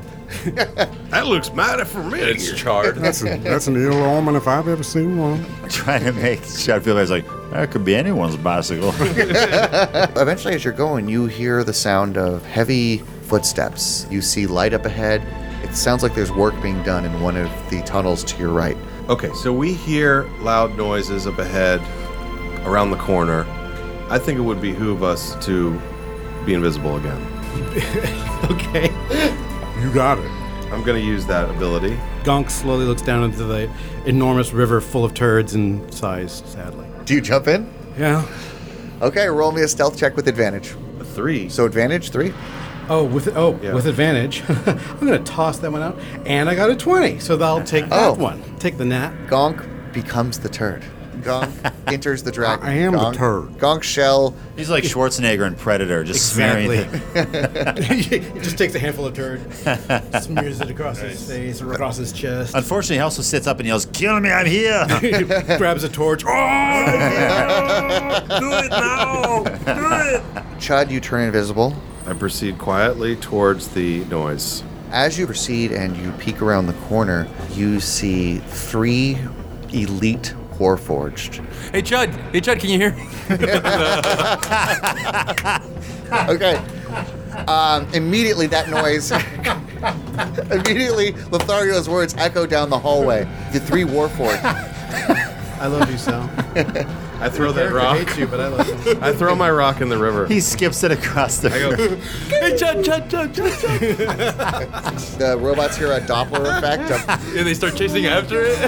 Speaker 6: That looks mighty familiar.
Speaker 7: It's charred.
Speaker 5: That's, a, that's an ill omen if I've ever seen one.
Speaker 4: Trying to make Chad feel like, that could be anyone's bicycle.
Speaker 2: Eventually, as you're going, you hear the sound of heavy footsteps. You see light up ahead. It sounds like there's work being done in one of the tunnels to your right.
Speaker 6: Okay, so we hear loud noises up ahead, around the corner. I think it would behoove us to be invisible again.
Speaker 8: okay.
Speaker 5: You got it.
Speaker 6: I'm gonna use that ability.
Speaker 8: Gonk slowly looks down into the enormous river full of turds and sighs sadly.
Speaker 2: Do you jump in?
Speaker 8: Yeah.
Speaker 2: Okay, roll me a stealth check with advantage.
Speaker 6: A three.
Speaker 2: So, advantage three.
Speaker 8: Oh, with oh
Speaker 6: Yeah.
Speaker 8: with advantage, I'm gonna toss that one out, and I got a twenty, so I'll take that
Speaker 2: Oh.
Speaker 8: one. Take the nat.
Speaker 2: Gonk becomes the turd. Gonk enters the dragon.
Speaker 5: I am the
Speaker 2: Gonk-
Speaker 5: turd.
Speaker 2: Gonk shell
Speaker 4: He's like Schwarzenegger in Predator, just smearing. things.
Speaker 8: It just takes a handful of turd, smears it across his face or across his chest,
Speaker 4: Unfortunately, he also sits up and yells, "Kill me! I'm here!"
Speaker 8: grabs a torch. Oh!
Speaker 7: Do it now. Do it.
Speaker 2: Chud, you turn invisible.
Speaker 6: I proceed quietly towards the noise.
Speaker 2: As you proceed and you peek around the corner, you see three elite Warforged.
Speaker 7: Hey Chud. Hey Chud. Can you hear? me?
Speaker 2: Okay. Um, immediately, that noise. immediately, Lothario's words echo down the hallway. The three Warforged.
Speaker 8: I love you, Sal.
Speaker 6: I throw that rock.
Speaker 8: you, but I love you.
Speaker 6: I throw my rock in the river.
Speaker 4: he skips it across the.
Speaker 7: Hey Chud. Chud. Chud. Chud. Chud.
Speaker 2: The robots hear a Doppler effect. Of,
Speaker 7: And they start chasing after it.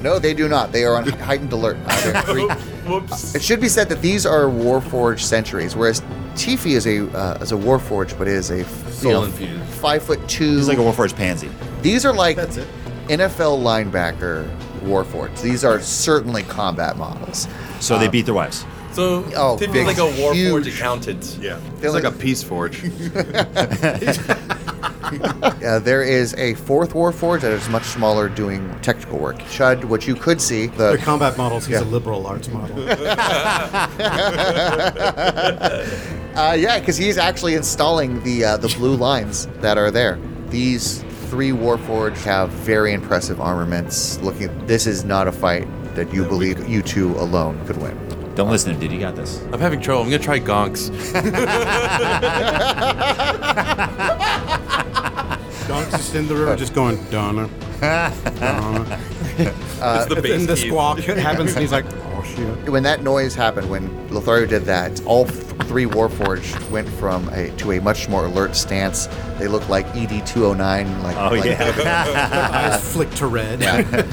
Speaker 2: no, they do not. They are on heightened alert. Uh, they're three-
Speaker 7: Whoops.
Speaker 2: It should be said that these are Warforged sentries, whereas Tifi is a uh, is a Warforged, but is a
Speaker 7: Steel infused.
Speaker 2: five foot two.
Speaker 4: He's like a Warforged pansy.
Speaker 2: These are like
Speaker 8: That's it.
Speaker 2: NFL linebacker Warforged. These are certainly combat models. Um,
Speaker 4: So they beat their wives.
Speaker 7: So
Speaker 2: Oh,
Speaker 7: Tiffy's
Speaker 2: big,
Speaker 7: like a war
Speaker 2: huge.
Speaker 7: forge accountant.
Speaker 6: Yeah.
Speaker 2: They're
Speaker 6: It's like a
Speaker 2: like-
Speaker 6: peace forge.
Speaker 2: Uh, there is a fourth Warforged that is much smaller, doing technical work. Chud, what you could see,
Speaker 8: They're
Speaker 2: the
Speaker 8: combat models. He's
Speaker 2: Yeah.
Speaker 8: a liberal arts model.
Speaker 2: Uh, yeah, because he's actually installing the uh, the blue lines that are there. These three Warforged have very impressive armaments. Looking, this is not a fight that you believe you two alone could win.
Speaker 4: Don't listen to him, dude. You got this.
Speaker 7: I'm having trouble. I'm gonna try gonks.
Speaker 5: Don't just
Speaker 8: in the room, just going Donna.
Speaker 2: Uh,
Speaker 8: Donna.
Speaker 7: it's the
Speaker 8: and Uh, the
Speaker 7: key.
Speaker 8: squawk happens, and he's like, "Oh shit!"
Speaker 2: When that noise happened, when Lothario did that, all th- three Warforged went from a to a much more alert stance. They look like ED two hundred nine. Like,
Speaker 4: Oh
Speaker 2: like-
Speaker 4: yeah.
Speaker 8: Eyes flick to red.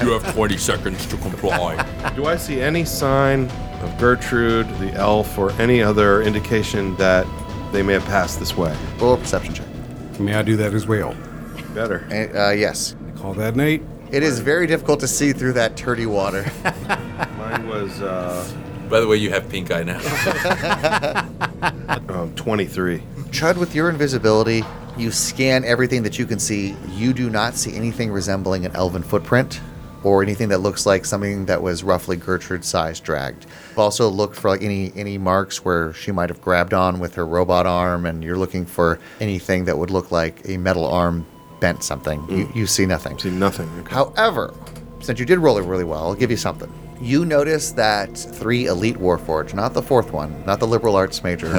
Speaker 7: You have 20 seconds to comply.
Speaker 6: Do I see any sign of Gertrude, the elf, or any other indication that they may have passed this way?
Speaker 2: Roll a perception check.
Speaker 5: May I do that as well?
Speaker 6: Better.
Speaker 2: And, uh, yes,
Speaker 8: Call that Nate.
Speaker 2: it is very difficult to see through that dirty water.
Speaker 6: Mine was uh,
Speaker 7: By the way, you have pink eye now.
Speaker 6: um, 23.
Speaker 2: Chud, with your invisibility, you scan everything that you can see. You do not see anything resembling an elven footprint or anything that looks like something that was roughly Gertrude's size dragged. I've also looked for like any any marks where she might have grabbed on with her robot arm and you're looking for anything that would look like a metal arm bent something. You, you see nothing.
Speaker 6: Hmm. See nothing. Okay.
Speaker 2: However, since you did roll it really well, I'll give you something. You notice that three elite Warforged, not the fourth one, not the liberal arts major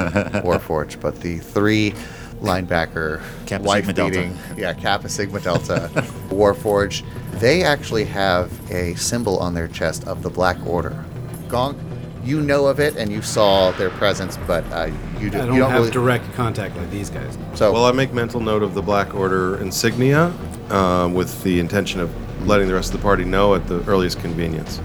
Speaker 2: Warforged, but the three linebacker,
Speaker 4: Kappa
Speaker 2: wife
Speaker 4: Sigma Delta.
Speaker 2: beating, yeah, Kappa Sigma Delta Warforged, they actually have a symbol on their chest of the Black Order. Gonk, you know of it and you saw their presence, but uh, you, do,
Speaker 8: I
Speaker 2: you
Speaker 8: don't
Speaker 2: don't
Speaker 8: have
Speaker 2: really.
Speaker 8: direct contact like these guys.
Speaker 2: so,
Speaker 6: Well, I make mental note of the Black Order insignia uh, with the intention of letting the rest of the party know at the earliest convenience.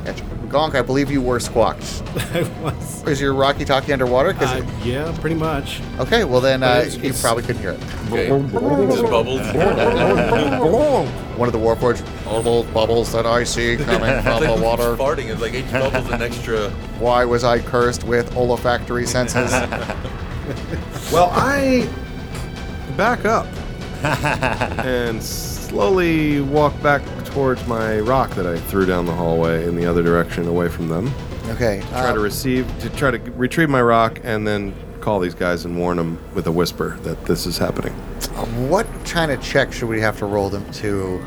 Speaker 2: Gonk, I believe you were squawked.
Speaker 8: I was.
Speaker 2: Is your Rocky Talkie underwater? 'Cause
Speaker 8: Uh, yeah, pretty much.
Speaker 2: Okay, well then uh,
Speaker 8: it's-
Speaker 2: you
Speaker 8: it's-
Speaker 2: probably couldn't hear it.
Speaker 7: Okay. Just bubbles.
Speaker 2: One of the warforged all those bubbles that I see coming from the water.
Speaker 7: Farting is like each bubble's an extra.
Speaker 2: Why was I cursed with olfactory senses?
Speaker 6: Well, I back up and slowly walk back towards my rock that I threw down the hallway in the other direction, away from them.
Speaker 2: okay.
Speaker 6: Try
Speaker 2: uh,
Speaker 6: to receive, to try to retrieve my rock, and then call these guys and warn them with a whisper that this is happening.
Speaker 2: what kind of check should we have to roll them to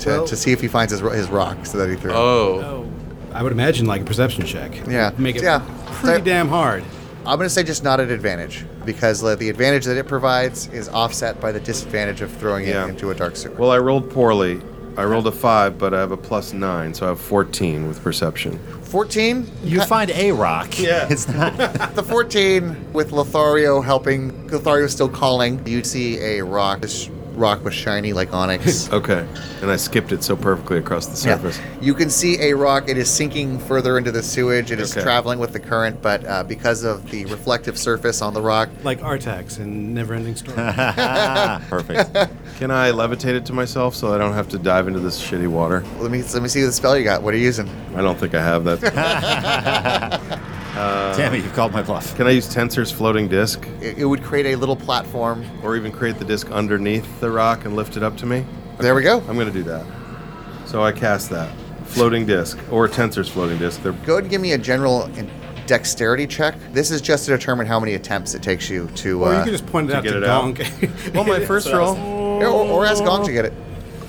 Speaker 2: to,
Speaker 8: Well-
Speaker 2: to see if he finds his, ro- his rocks that he threw?
Speaker 7: Oh.
Speaker 8: I would imagine like a perception check.
Speaker 2: Yeah.
Speaker 8: Make it
Speaker 2: Yeah.
Speaker 8: pretty
Speaker 2: So-
Speaker 8: damn hard.
Speaker 2: I'm going to say just not at advantage because like, the advantage that it provides is offset by the disadvantage of throwing
Speaker 6: Yeah.
Speaker 2: it into a dark sewer.
Speaker 6: Well, I rolled poorly. I rolled a five, but I have a plus nine, so I have 14 with perception.
Speaker 2: 14?
Speaker 4: You find a rock.
Speaker 6: Yeah.
Speaker 4: It's not.
Speaker 2: The 14 with Lothario helping. Lothario still calling. You see a rock. This rock was shiny like onyx.
Speaker 6: Okay. And I skipped it so perfectly across the surface.
Speaker 2: You can see a rock. It is sinking further into the sewage. It is
Speaker 6: Okay.
Speaker 2: traveling with the current, but uh, because of the reflective surface on the rock,
Speaker 8: Like Artax in Neverending Story.
Speaker 4: Perfect.
Speaker 6: Can I levitate it to myself so I don't have to dive into this shitty water?
Speaker 2: let me let me see the spell you got. What are you using?
Speaker 6: I don't think I have that. Uh,
Speaker 4: Damn it, you called my bluff.
Speaker 6: Can I use Tensor's floating disc
Speaker 2: It, it would create a little platform.
Speaker 6: or even create the disc underneath the rock and lift it up to me?
Speaker 2: There we go.
Speaker 6: I'm going to do that. So I cast that. Floating disc or Tensor's floating disc. They're
Speaker 2: Go ahead and give me a general in- dexterity check. This is just to determine how many attempts it takes you to.
Speaker 8: Or you
Speaker 2: Uh,
Speaker 8: can just point it out
Speaker 6: get
Speaker 8: to
Speaker 6: it out.
Speaker 8: Gonk.
Speaker 6: Well, my first roll.
Speaker 2: or, or ask Gong to get it.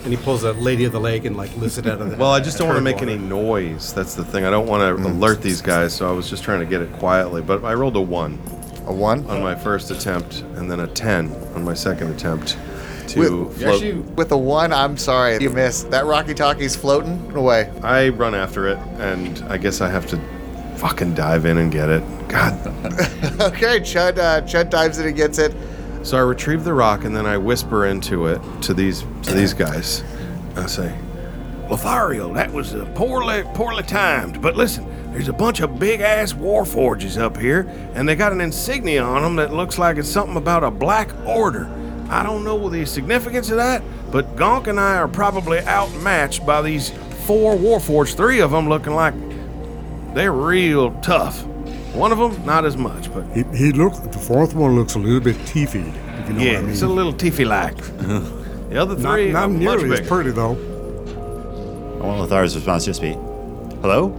Speaker 8: and he pulls a lady of the lake and like lifts it out of the.
Speaker 6: Well, I just don't want to
Speaker 8: curd
Speaker 6: make
Speaker 8: water.
Speaker 6: any noise. That's the thing. I don't want
Speaker 2: Mm.
Speaker 6: to alert these guys, so I was just trying to get it quietly. But I rolled a one
Speaker 2: A one.
Speaker 6: on my first attempt, and then a ten on my second attempt to
Speaker 2: With-
Speaker 6: float.
Speaker 2: With a one, I'm sorry, you missed. That Rocky Talkie's floating away.
Speaker 6: I run after it, and I guess I have to fucking dive in and get it. God.
Speaker 2: okay, Chud. Uh, Chud dives in and gets it.
Speaker 6: So I retrieve the rock, and then I whisper into it to these to these guys. I say,
Speaker 9: Lothario, that was uh, poorly, poorly timed. But listen, there's a bunch of big ass war forges up here, and they got an insignia on them that looks like it's something about a black order. I don't know the significance of that, but Gonk and I are probably outmatched by these four warforged. Three of them looking like they're real tough. One of them, not as much, but
Speaker 5: He, he looks. The fourth one looks a little bit teethy, if you know
Speaker 9: yeah,
Speaker 5: what I mean.
Speaker 9: it's a little tiffy like. the other
Speaker 5: not,
Speaker 9: three,
Speaker 5: not
Speaker 9: are much
Speaker 5: nearly as
Speaker 9: bigger.
Speaker 5: pretty though.
Speaker 4: I want Lothar's response to just be, hello?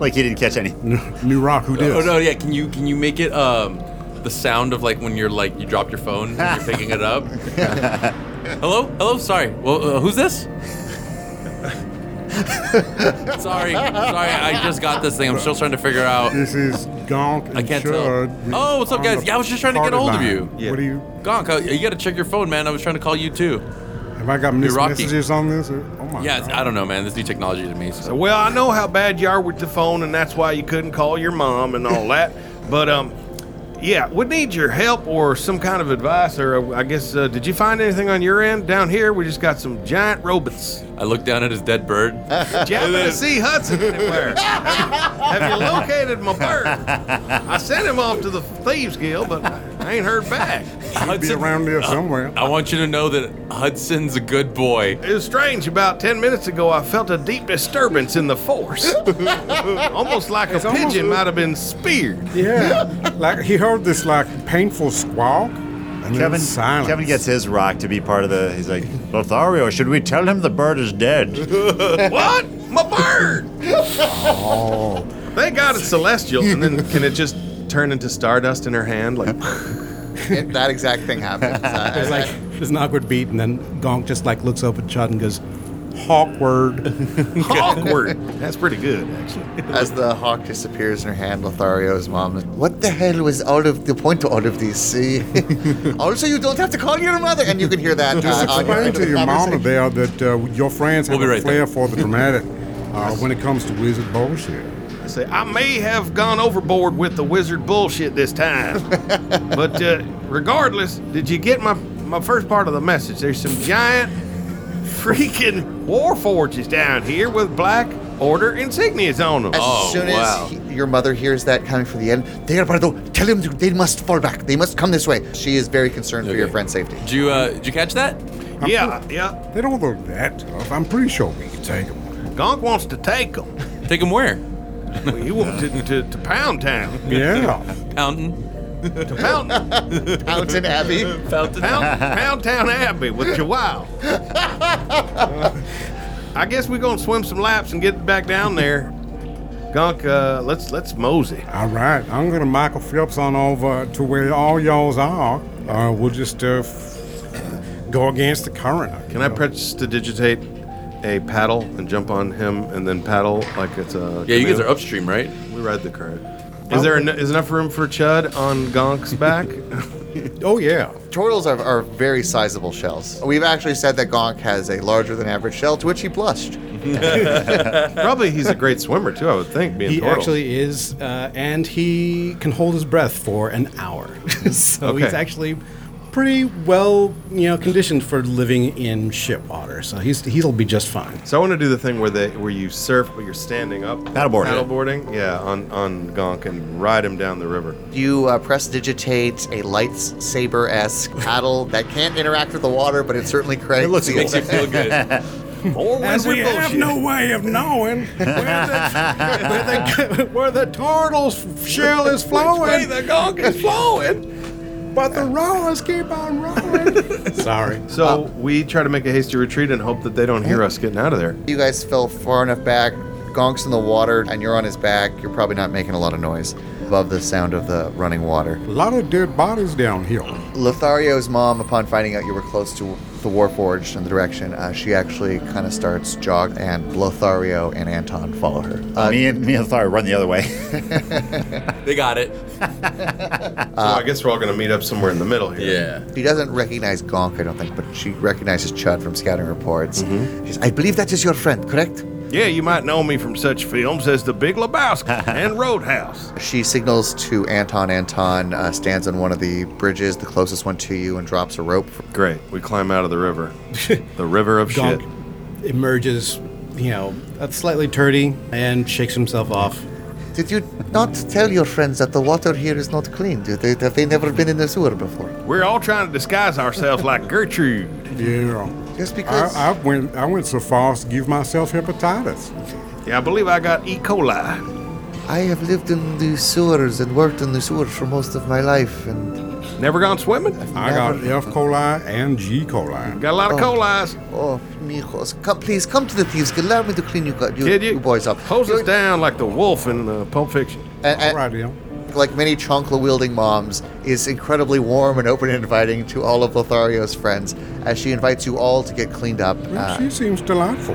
Speaker 4: Like he didn't catch any.
Speaker 7: uh,
Speaker 5: New Rock, who did?
Speaker 7: Oh no, yeah. Can you can you make it um the sound of like when you're like you drop your phone and you're picking it up. hello, hello. Sorry. Well, uh, who's this? sorry, sorry. I just got this thing. I'm still trying to figure out.
Speaker 5: This is Gonk and
Speaker 7: I can't
Speaker 5: Chud.
Speaker 7: tell.
Speaker 5: We-
Speaker 7: Oh, what's up,
Speaker 5: on
Speaker 7: guys?
Speaker 5: the
Speaker 7: Yeah, I was just trying to get
Speaker 5: party
Speaker 7: hold of
Speaker 5: line.
Speaker 7: you.
Speaker 5: What do you?
Speaker 7: Gonk, uh, you got to check your phone, man. I was trying to call you too.
Speaker 5: Have I got missed
Speaker 7: Rocky.
Speaker 5: messages on this? Or, oh my
Speaker 7: Yeah,
Speaker 5: god.
Speaker 7: it's, I don't know, man. This new technology to me. So.
Speaker 9: Well, I know how bad you are with the phone, and that's why you couldn't call your mom and all that. But um, yeah, we need your help or some kind of advice. Or uh, I guess, uh, did you find anything on your end down here? We just got some giant robots.
Speaker 7: I looked down at his dead bird.
Speaker 9: Japanese Sea Hudson anywhere? have, have you located my bird? I sent him off to the thieves guild, but I ain't heard back.
Speaker 5: be
Speaker 7: Hudson-
Speaker 5: around there somewhere.
Speaker 7: I want you to know that Hudson's a good boy.
Speaker 9: It was strange. About ten minutes ago, I felt a deep disturbance in the force, almost like a
Speaker 5: almost-
Speaker 9: pigeon might have been speared.
Speaker 5: yeah. like he heard this like painful squawk. And
Speaker 4: Kevin,
Speaker 5: then silence.
Speaker 4: Kevin gets his rock to be part of the. He's like, Lothario, should we tell him the bird is dead?
Speaker 9: What? My bird! Oh. Thank God it's celestial. And then can it just turn into stardust in her hand? Like,
Speaker 2: It- that exact thing happens. Uh,
Speaker 8: There's like there's an awkward beat, and then Gonk just like looks up at Chud and goes, "Hawkward."
Speaker 9: awkward. That's pretty good, actually.
Speaker 2: As the hawk disappears in her hand, Lothario's mom. is, What the hell was all of the point to all of this? See? also, "Oh, you don't have to call your mother, and you can hear that.
Speaker 5: Just
Speaker 2: uh, on your
Speaker 5: explain
Speaker 2: end of
Speaker 5: to
Speaker 2: the
Speaker 5: your mama
Speaker 2: conversation.
Speaker 5: there that uh, your friends have
Speaker 7: We'll be
Speaker 5: a
Speaker 7: right
Speaker 5: flair
Speaker 7: there.
Speaker 5: for the dramatic uh, when it comes to wizard bullshit.
Speaker 9: I say, I may have gone overboard with the wizard bullshit this time. but uh, regardless, did you get my, my first part of the message? There's some giant freaking war forges down here with black order insignias on them.
Speaker 2: As
Speaker 7: Oh,
Speaker 2: soon
Speaker 7: wow.
Speaker 2: as he- your mother hears that coming from the end, there, Bardo, tell him to, they must fall back. They must come this way. She is very concerned for your
Speaker 7: Okay.
Speaker 2: friend's safety.
Speaker 7: Did you uh, did you catch that?
Speaker 9: yeah, yeah.
Speaker 5: They don't look that tough. I'm pretty sure we can take them.
Speaker 9: Gonk wants to take them.
Speaker 7: Take him where?
Speaker 9: He wants to, to, to Pound Town.
Speaker 5: Yeah.
Speaker 7: Fountain.
Speaker 9: To Pound
Speaker 2: Fountain Abbey.
Speaker 7: Fountain.
Speaker 9: Pound, Pound Town Abbey with Chihuahua. I guess we're gonna swim some laps and get back down there. Gunk, uh, let's let's mosey.
Speaker 5: All right. I'm going to Michael Phelps on over to where all y'all's are. Uh, we'll just uh, f- go against the current.
Speaker 9: Can I press to digitate a paddle and jump on him and then paddle like it's a
Speaker 7: Yeah, you guys
Speaker 9: canoe?
Speaker 7: are upstream, right?
Speaker 9: We ride the current. Is there en- is enough room for Chud on Gonk's back?
Speaker 5: Oh, yeah.
Speaker 2: Turtles are, are very sizable shells. We've actually said that Gonk has a larger than average shell, to which he blushed.
Speaker 9: Probably he's a great swimmer too. I would think being
Speaker 8: he
Speaker 9: turtle.
Speaker 8: actually is, uh, and he can hold his breath for an hour, so he's
Speaker 9: Okay.
Speaker 8: actually pretty well, you know, conditioned for living in ship water. So he's he'll be just fine.
Speaker 9: So I want to do the thing where they where you surf but you're standing up.
Speaker 4: Paddleboarding.
Speaker 9: Paddleboarding. Yeah, on on Gonk and ride him down the river.
Speaker 2: You uh, press digitate a lightsaber esque paddle that can't interact with the water, but it certainly creates.
Speaker 4: It looks
Speaker 2: the
Speaker 4: cool.
Speaker 7: Makes you feel good.
Speaker 9: Or
Speaker 5: And we have no way of knowing where the, where the, where the turtle's shell is flowing,
Speaker 9: the Gonk is flowing.
Speaker 5: but the rollers keep on rolling. Sorry.
Speaker 9: So we try to make a hasty retreat and hope that they don't hear us getting out of there.
Speaker 2: You guys fell far enough back. Gonk's in the water, and you're on his back. You're probably not making a lot of noise above the sound of the running water.
Speaker 5: A lot of dead bodies down here.
Speaker 2: Lothario's mom, upon finding out you were close to the Warforged and the direction, uh, she actually kind of starts jog, and Lothario and Anton follow her. Uh,
Speaker 4: me and me and Lothario run the other way.
Speaker 7: They got it.
Speaker 9: so I guess we're all going to meet up somewhere in the middle here.
Speaker 7: Yeah.
Speaker 2: she doesn't recognize Gonk, I don't think, but she recognizes Chud from scouting reports.
Speaker 4: Mm-hmm.
Speaker 2: She says, I believe that is your friend, correct?
Speaker 9: Yeah, you might know me from such films as The Big Lebowski and Roadhouse.
Speaker 2: She signals to Anton. Anton uh, stands on one of the bridges, the closest one to you, and drops a rope.
Speaker 9: Great. We climb out of the river. The river of shit.
Speaker 8: Gonk emerges, you know, uh, slightly turdy and shakes himself off.
Speaker 2: Did you not tell your friends that the water here is not clean? Do they, have they never been in the sewer before?
Speaker 9: We're all trying to disguise ourselves like Gertrude.
Speaker 5: Yeah.
Speaker 2: Just because.
Speaker 5: I, I went I went so far as to give myself hepatitis.
Speaker 9: Yeah, I believe I got E. coli.
Speaker 2: I have lived in the sewers and worked in the sewers for most of my life, and
Speaker 9: Never gone swimming?
Speaker 5: I got F coli and G coli.
Speaker 9: Got a lot of
Speaker 2: Oh.
Speaker 9: colis.
Speaker 2: oh, mijos, come please come to the thieves. Guild. Allow me to clean you, gu- you,
Speaker 9: Did you?
Speaker 2: you boys up.
Speaker 9: Hose us down like the wolf in uh, Pulp Fiction.
Speaker 2: And, and
Speaker 5: Right, yeah.
Speaker 2: like many chancla wielding moms, is incredibly warm and open and inviting to all of Lothario's friends as she invites you all to get cleaned up.
Speaker 5: Well,
Speaker 2: Uh,
Speaker 5: she seems delightful.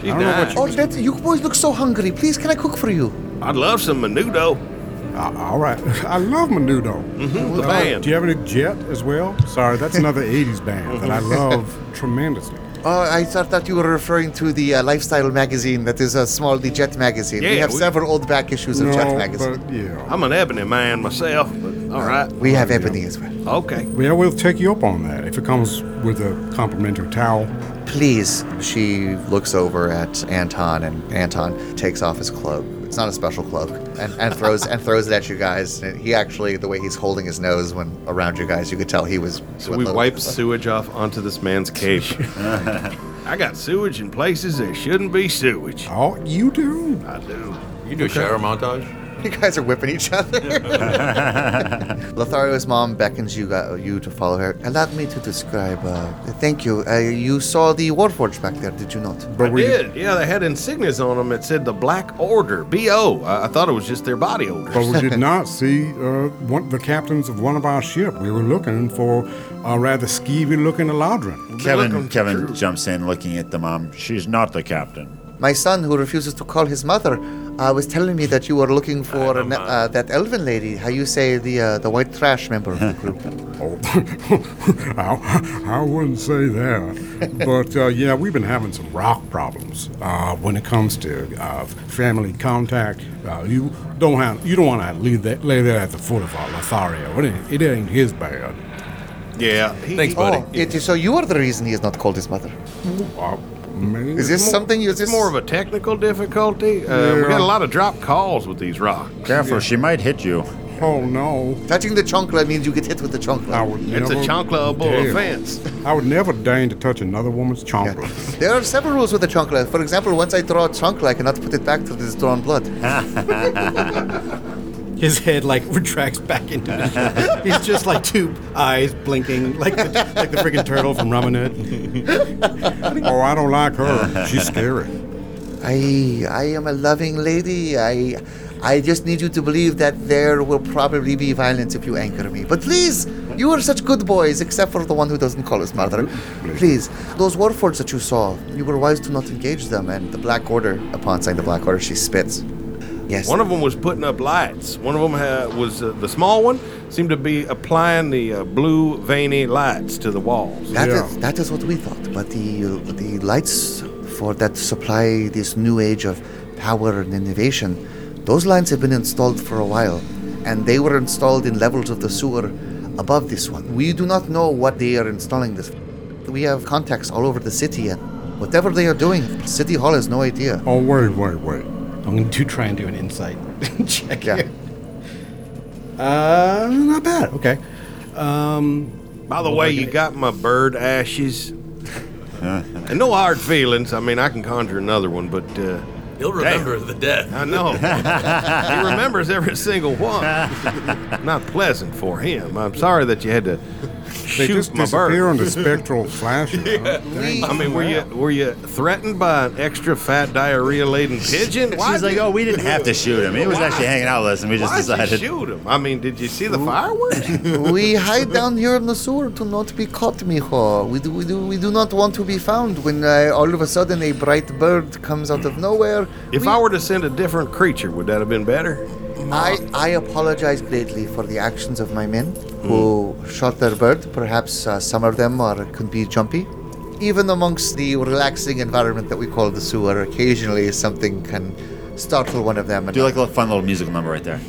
Speaker 9: She's
Speaker 5: I don't know what
Speaker 9: nice.
Speaker 2: oh, that's, you boys look so hungry. Please, can I cook for you?
Speaker 9: I'd love some menudo. Mm-hmm,
Speaker 5: Uh, all right. I love Menudo.
Speaker 9: the
Speaker 5: Uh,
Speaker 9: band.
Speaker 5: Do you have any Jet as well? Sorry, that's another 80s band that I love tremendously.
Speaker 2: Oh, I thought that you were referring to the uh, lifestyle magazine that is a small the Jet magazine. we
Speaker 9: Yeah,
Speaker 2: have
Speaker 9: we-
Speaker 2: several old back issues of Jet
Speaker 5: No,
Speaker 2: magazine.
Speaker 5: but yeah.
Speaker 9: I'm an ebony man myself, but all right.
Speaker 2: We have ebony as well.
Speaker 9: Okay.
Speaker 5: Well, we'll take you up on that if it comes with a complimentary towel.
Speaker 2: Please. She looks over at Anton, and Anton takes off his cloak. It's not a special cloak, and, and throws and throws it at you guys. And he actually, the way he's holding his nose when around you guys, you could tell he was.
Speaker 6: So we wipe sewage off onto this man's cape.
Speaker 9: I got sewage in places there shouldn't be sewage.
Speaker 5: Oh, you do?
Speaker 9: I do.
Speaker 6: You do a shower montage?
Speaker 2: You guys are whipping each other. Lothario's mom beckons you gu- you to follow her. Allow me to describe. Uh, thank you. Uh, you saw the Warforge back there, did you not?
Speaker 9: I did. Yeah, they had insignias on them that said the Black Order, B.O. I, I thought it was just their body odor.
Speaker 5: But we did not see uh, one, the captains of one of our ship. We were looking for a rather skeevy looking Eladrin.
Speaker 4: Kevin Kevin jumps in, looking at the mom. She's not the captain.
Speaker 2: My son, who refuses to call his mother, uh, was telling me that you were looking for an, uh, that elven lady. How you say the uh, the white trash member of the group?
Speaker 5: Oh, I, I wouldn't say that. But uh, yeah, we've been having some rock problems uh, when it comes to uh, family contact. Uh, you don't have you don't want to leave that lay that at the foot of our Lothario. It ain't, it ain't his bad.
Speaker 9: Yeah. E he-
Speaker 6: Thanks, buddy.
Speaker 2: Oh, it is, so you are the reason he has not called his mother.
Speaker 5: Uh, maybe-
Speaker 2: Is this something? Is this
Speaker 9: It's more of a technical difficulty. Uh, We got a lot of drop calls with these rocks.
Speaker 4: Careful, she might hit you.
Speaker 5: Oh no!
Speaker 2: touching the chonkla means you get hit with the
Speaker 5: I
Speaker 2: chonkla?
Speaker 5: would
Speaker 9: It's a
Speaker 5: never
Speaker 9: chonkla-able
Speaker 5: dare.
Speaker 9: offense.
Speaker 5: I would never deign to touch another woman's chonkla.
Speaker 2: There are several rules with the chonkla. For example, once I draw a chonkla, I cannot put it back till it is drawn blood.
Speaker 8: His head like retracts back into the shell. He's just like two eyes blinking, like the, like the freaking turtle from Ramanuj.
Speaker 5: Oh, I don't like her. She's scary.
Speaker 2: I I am a loving lady. I I just need you to believe that there will probably be violence if you anger me. But please, you are such good boys, except for the one who doesn't call his mother. Please, those warfords that you saw, you were wise to not engage them. And the Black Order, upon saying the Black Order, she spits. Yes.
Speaker 9: One of them was putting up lights. One of them ha- was uh, the small one seemed to be applying the uh, blue veiny lights to the walls.
Speaker 2: That is
Speaker 5: Yeah.
Speaker 2: that is what we thought. But the the lights for that supply this new age of power and innovation, those lines have been installed for a while, and they were installed in levels of the sewer above this one. We do not know what they are installing this. We have contacts all over the city, and whatever they are doing, City Hall has no idea.
Speaker 5: Oh, wait, wait, wait.
Speaker 8: I'm going to try and do an insight check
Speaker 2: Yeah.
Speaker 8: here. Uh, not bad. Okay. Um,
Speaker 9: By the way, you got my bird ashes. and no hard feelings. I mean, I can conjure another one, but uh,
Speaker 6: He'll remember the death.
Speaker 9: I know he remembers every single one. Not pleasant for him. I'm sorry that you had to
Speaker 5: They
Speaker 9: shoot
Speaker 5: just
Speaker 9: my
Speaker 5: disappear
Speaker 9: bird.
Speaker 5: on the spectral flashes. huh? Dang.
Speaker 9: I mean, were you were you threatened by an extra fat diarrhea laden pigeon? Why
Speaker 4: She's like, oh, we didn't have to shoot him. He was
Speaker 9: Why?
Speaker 4: actually hanging out with us, and we just
Speaker 9: Why'd you
Speaker 4: decided.
Speaker 9: shoot him? I mean, did you see the fireworks?
Speaker 2: we hide down here in the sewer to not be caught, mijo. We do, we do, we do not want to be found when uh, all of a sudden a bright bird comes out of nowhere.
Speaker 9: if
Speaker 2: We-
Speaker 9: I were to send a different creature, would that have been better?
Speaker 2: I, I apologize greatly for the actions of my men who
Speaker 4: Hmm.
Speaker 2: shot their bird. Perhaps uh, some of them are could be jumpy. Even amongst the relaxing environment that we call the sewer, occasionally something can startle one of them. And
Speaker 4: Do like a little fun little musical number right there.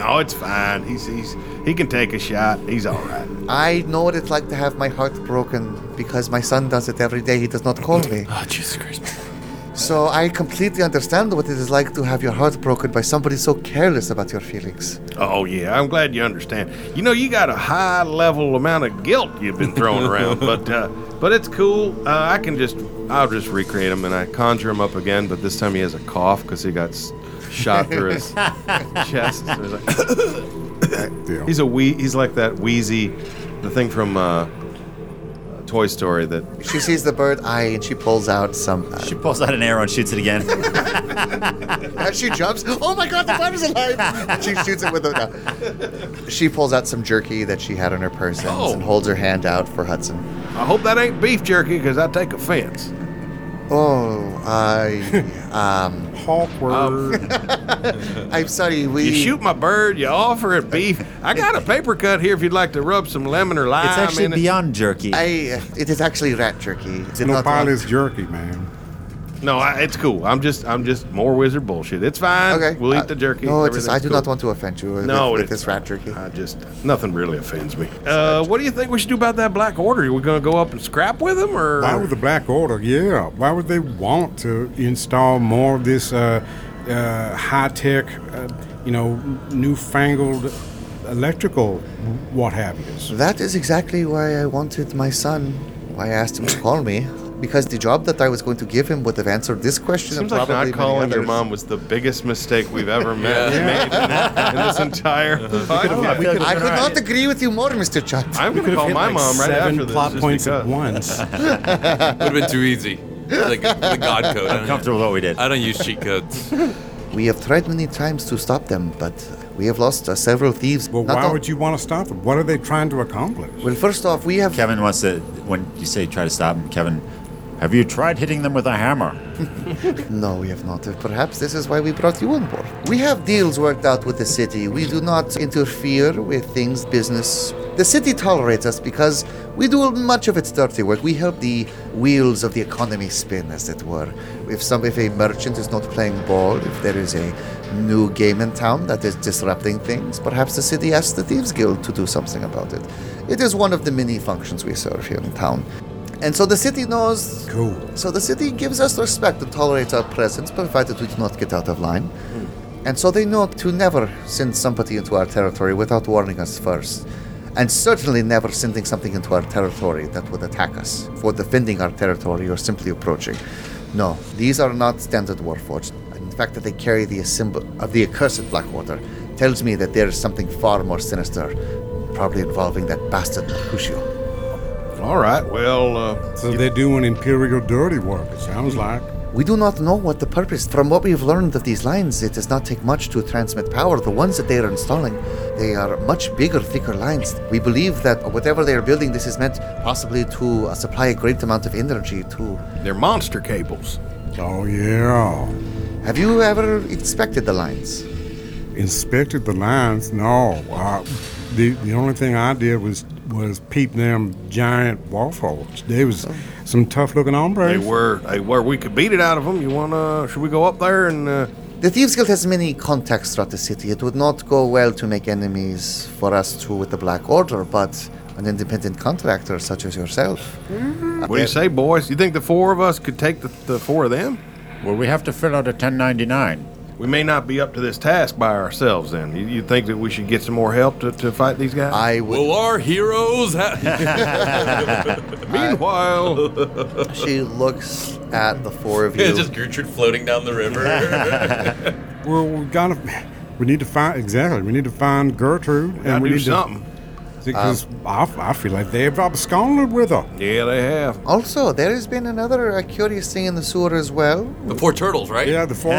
Speaker 9: No, it's fine. He's he's he can take a shot. He's all right.
Speaker 2: I know what it's like to have my heart broken because my son does it every day. He does not call me.
Speaker 6: Oh, Jesus Christ.
Speaker 2: So I completely understand what it is like to have your heart broken by somebody so careless about your feelings.
Speaker 9: Oh yeah, I'm glad you understand. You know, you got a high level amount of guilt you've been throwing around, but uh, but it's cool. Uh, I can just I'll just recreate him and I conjure him up again, but this time he has a cough because he got s- shot through his chest. So he's, like,
Speaker 5: Deal.
Speaker 9: he's a wee. He's like that wheezy, the thing from uh,
Speaker 6: Toy Story that
Speaker 2: She sees the bird eye and she pulls out some. uh,
Speaker 4: She pulls out an arrow and shoots it again.
Speaker 2: As she jumps, oh my god, the bird is alive! she shoots it with a. no. She pulls out some jerky that she had on her purse
Speaker 6: Oh.
Speaker 2: and holds her hand out for Hudson.
Speaker 6: I hope that ain't beef jerky because I take offense.
Speaker 2: Oh, I, um,
Speaker 5: Hawkward.
Speaker 2: I'm sorry. We
Speaker 6: You shoot my bird, you offer it beef. I got a paper cut here if you'd like to rub some lemon or lime
Speaker 4: It's actually
Speaker 6: in it.
Speaker 4: beyond jerky.
Speaker 2: I. It is actually rat jerky. It's
Speaker 5: no pilots jerky, man.
Speaker 6: No, I, it's cool. I'm just, I'm just more wizard bullshit. It's fine.
Speaker 2: Okay.
Speaker 6: we'll
Speaker 2: uh,
Speaker 6: eat the jerky.
Speaker 2: No, it is, I
Speaker 6: Everything's
Speaker 2: do
Speaker 6: cool.
Speaker 2: not want to offend you with,
Speaker 6: No,
Speaker 2: with
Speaker 6: it's
Speaker 2: this rat jerky.
Speaker 6: I just nothing really offends me. Uh, what do you think we should do about that black order? Are we gonna go up and scrap with them, or
Speaker 5: Why would the Black Order? Yeah, why would they want to install more of this uh, uh, high-tech, uh, you know, newfangled electrical, what have you?
Speaker 2: That is exactly why I wanted my son. Why I asked him to call me. Because the job that I was going to give him would have answered this question and
Speaker 6: Seems like
Speaker 2: probably
Speaker 6: not
Speaker 2: many
Speaker 6: calling your
Speaker 2: others.
Speaker 6: mom was the biggest mistake we've ever met, made in, in this entire
Speaker 4: I feel
Speaker 6: podcast.
Speaker 4: like
Speaker 2: I
Speaker 4: we're
Speaker 2: could
Speaker 4: doing
Speaker 2: not agree with you more, Mr. Chut.
Speaker 6: I'm gonna call
Speaker 8: Hit,
Speaker 6: my
Speaker 8: like,
Speaker 6: mom right
Speaker 8: seven
Speaker 6: after this.
Speaker 8: plot
Speaker 6: just
Speaker 8: points at
Speaker 6: because.
Speaker 8: once.
Speaker 7: Would have been too easy. Like the God code. I don't-
Speaker 4: Comfortable with what we did.
Speaker 7: I don't use cheat codes.
Speaker 2: We have tried many times to stop them, but we have lost uh, several thieves.
Speaker 5: Well,
Speaker 2: Not
Speaker 5: why
Speaker 2: all-
Speaker 5: would you want to stop them? What are they trying to accomplish?
Speaker 2: Well, first off, we have.
Speaker 4: Kevin wants to. When you say try to stop him, Kevin, have you tried hitting them with a hammer?
Speaker 2: No, we have not. Perhaps this is why we brought you on board. We have deals worked out with the city. We do not interfere with things, business. The city tolerates us because we do much of its dirty work. We help the wheels of the economy spin, as it were. If some, if a merchant is not playing ball, if there is a new game in town that is disrupting things, perhaps the city asks the thieves guild to do something about it. It is one of the many functions we serve here in town. And so the city knows
Speaker 5: Cool.
Speaker 2: so the city gives us respect and tolerates our presence, provided we do not get out of line. And so they know to never send somebody into our territory without warning us first. And certainly never sending something into our territory that would attack us for defending our territory or simply approaching. No, these are not standard warforged. And the fact that they carry the symbol of the accursed Blackwater tells me that there is something far more sinister, probably involving that bastard Mercutio.
Speaker 6: All right. Well, uh,
Speaker 5: So they're doing imperial dirty work. It sounds like.
Speaker 2: We do not know what the purpose. From what we have learned of these lines, it does not take much to transmit power. The ones that they are installing, they are much bigger, thicker lines. We believe that whatever they are building, this is meant possibly to uh, supply a great amount of energy to.
Speaker 6: they're monster cables.
Speaker 5: Oh yeah.
Speaker 2: Have you ever inspected the lines?
Speaker 5: Inspected the lines? No. Uh, the the only thing I did was was peep them giant warforged. They was
Speaker 6: Oh.
Speaker 5: some tough looking
Speaker 6: They
Speaker 5: hombres.
Speaker 6: were, they were. We could beat it out of them. You wanna? Should we go up there and? Uh,
Speaker 2: The Thieves Guild has many contacts throughout the city. It would not go well to make enemies for us two with the Black Order, but an independent contractor such as yourself.
Speaker 6: what do you say, boys? You think the four of us could take the, the four of them?
Speaker 4: Well, we have to fill out a 1099.
Speaker 6: We may not be up to this task by ourselves. Then you, you think that we should get some more help to, to fight these guys?
Speaker 2: I would.
Speaker 7: Will our heroes ha-
Speaker 6: Meanwhile,
Speaker 2: she looks at the four of you.
Speaker 7: It's just Gertrude floating down the river.
Speaker 5: Well, we gotta. We need to find exactly. We need to find Gertrude,
Speaker 6: I
Speaker 5: we
Speaker 6: do
Speaker 5: need
Speaker 6: something. Um,
Speaker 5: to because I, I feel like they've absconded with her.
Speaker 6: Yeah, they have.
Speaker 2: Also, there has been another uh, curious thing in the sewer as well.
Speaker 7: the four turtles, right?
Speaker 5: Yeah, the four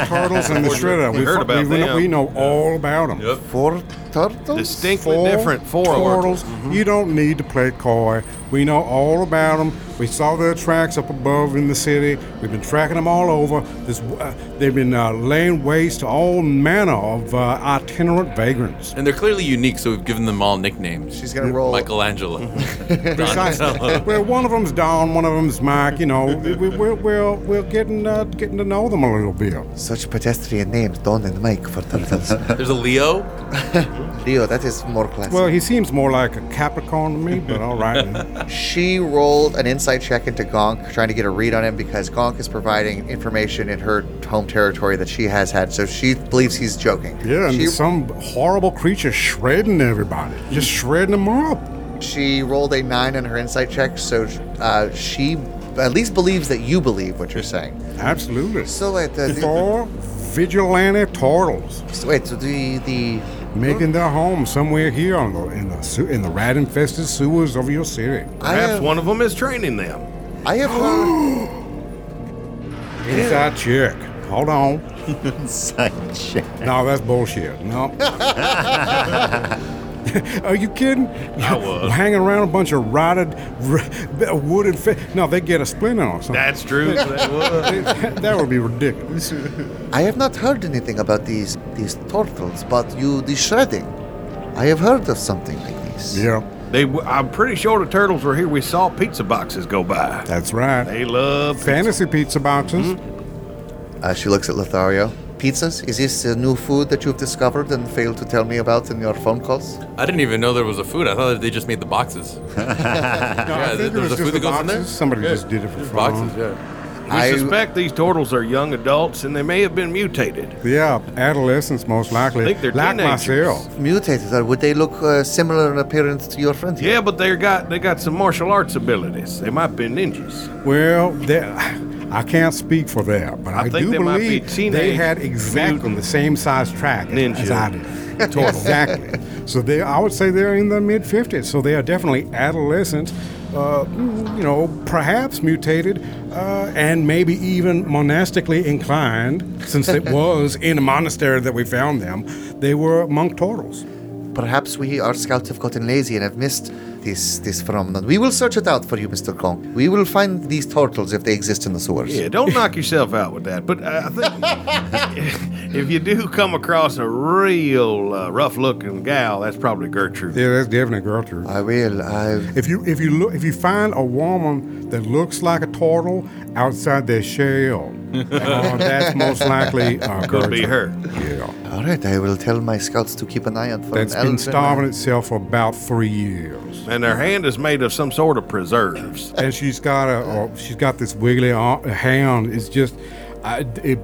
Speaker 5: turtles and the shredder. We,
Speaker 6: heard
Speaker 5: fu-
Speaker 6: about
Speaker 5: we,
Speaker 6: them.
Speaker 5: know, we know all about them.
Speaker 7: Yep.
Speaker 2: Four turtles?
Speaker 6: Distinctly different. Four of 'em. Mm-hmm.
Speaker 5: turtles. You don't need to play coy. We know all about them. We saw their tracks up above in the city. We've been tracking them all over. This, uh, they've been uh, laying waste to all manner of uh, itinerant vagrants.
Speaker 7: And they're clearly unique, so we've given them all nicknames.
Speaker 2: She's gonna roll.
Speaker 7: Michelangelo.
Speaker 5: Precisely. well, one of them's Don, one of them's Mike. You know, we, we- we're, we're, we're getting uh, getting to know them a little bit.
Speaker 2: Such pedestrian names, Don and Mike for turtles.
Speaker 7: There's a Leo.
Speaker 2: Leo, that is more classic.
Speaker 5: Well, he seems more like a Capricorn to me, but all right.
Speaker 2: she rolled an insight check into Gonk, trying to get a read on him because Gonk is providing information in her home territory that she has had, so she believes he's joking.
Speaker 5: Yeah, and
Speaker 2: she,
Speaker 5: some horrible creature shredding everybody, just shredding them up.
Speaker 2: she rolled a nine on her insight check, so uh, she at least believes that you believe what you're saying.
Speaker 5: Absolutely.
Speaker 2: So, wait, uh, the,
Speaker 5: Four vigilante turtles.
Speaker 2: so wait, so the, the
Speaker 5: making their home somewhere here on the, in the sew- in the rat infested sewers of your city.
Speaker 6: Perhaps
Speaker 2: have-
Speaker 6: one of them is training them.
Speaker 2: I have heard.
Speaker 5: uh, Inside check. Hold on.
Speaker 4: Inside check.
Speaker 5: No, that's bullshit. No. Are you kidding? I was hanging around a bunch of rotted r- wooden. Fe- no, they get a splinter or something.
Speaker 6: That's true. That was.
Speaker 5: that would be ridiculous.
Speaker 2: I have not heard anything about these these turtles, but you the shredding. I have heard of something like this.
Speaker 5: Yeah,
Speaker 6: They, w- I'm pretty sure the turtles were here. We saw pizza boxes go by.
Speaker 5: that's right.
Speaker 6: They love
Speaker 5: Fantasy pizza boxes.
Speaker 2: Uh, she looks at Lothario. Pizzas? Is this a new food that you've discovered and failed to tell me about in your phone calls?
Speaker 7: I didn't even know there was a food. I thought they just made the boxes.
Speaker 5: No,
Speaker 7: Yeah, there-
Speaker 5: I think it
Speaker 7: there's
Speaker 5: was
Speaker 7: a food
Speaker 5: just the
Speaker 7: that goes in there?
Speaker 5: boxes. Somebody
Speaker 7: Yeah.
Speaker 5: just did it for
Speaker 7: Just
Speaker 5: fun.
Speaker 7: boxes, yeah.
Speaker 6: We
Speaker 2: I-
Speaker 6: suspect these turtles are young adults and they may have been mutated.
Speaker 5: Yeah, adolescents most likely.
Speaker 6: I think they're
Speaker 5: like
Speaker 6: teenagers.
Speaker 5: myself.
Speaker 2: Mutated, or would they look uh, similar in appearance to your friend? here?
Speaker 6: Yeah, but they got they got some martial arts abilities. They might be ninjas.
Speaker 5: Well, they- I can't speak for that, but I,
Speaker 6: think
Speaker 5: do
Speaker 6: they might be
Speaker 5: believe they
Speaker 6: teenage
Speaker 5: had exactly the same size track as- as
Speaker 6: Ninja.
Speaker 5: I did. exactly. So they, I would say they're in the mid fifties. So they are definitely adolescents. Uh, mm, you know, perhaps mutated, uh, and maybe even monastically inclined, since it was in a monastery that we found them. They were monk turtles.
Speaker 2: Perhaps we, our scouts, have gotten lazy and have missed this this phenomenon. We will search it out for you, Mr. Kong. We will find these turtles if they exist in the sewers.
Speaker 6: Yeah, don't knock yourself out with that. But uh, I think if you do come across a real uh, rough-looking gal, that's probably Gertrude.
Speaker 5: Yeah, that's definitely Gertrude.
Speaker 2: I will. I.
Speaker 5: If you if you look if you find a woman that looks like a turtle outside their shell, uh, that's most likely uh,
Speaker 6: Could be
Speaker 5: Gertrude.
Speaker 6: her.
Speaker 5: Yeah,
Speaker 2: All right, I will tell my scouts to keep an eye out for
Speaker 5: that's
Speaker 2: an elephant.
Speaker 5: been starving itself for about three years,
Speaker 6: And their hand is made of some sort of preserves.
Speaker 5: and she's got a uh, she's got this wiggly ar- hand. It's just I, it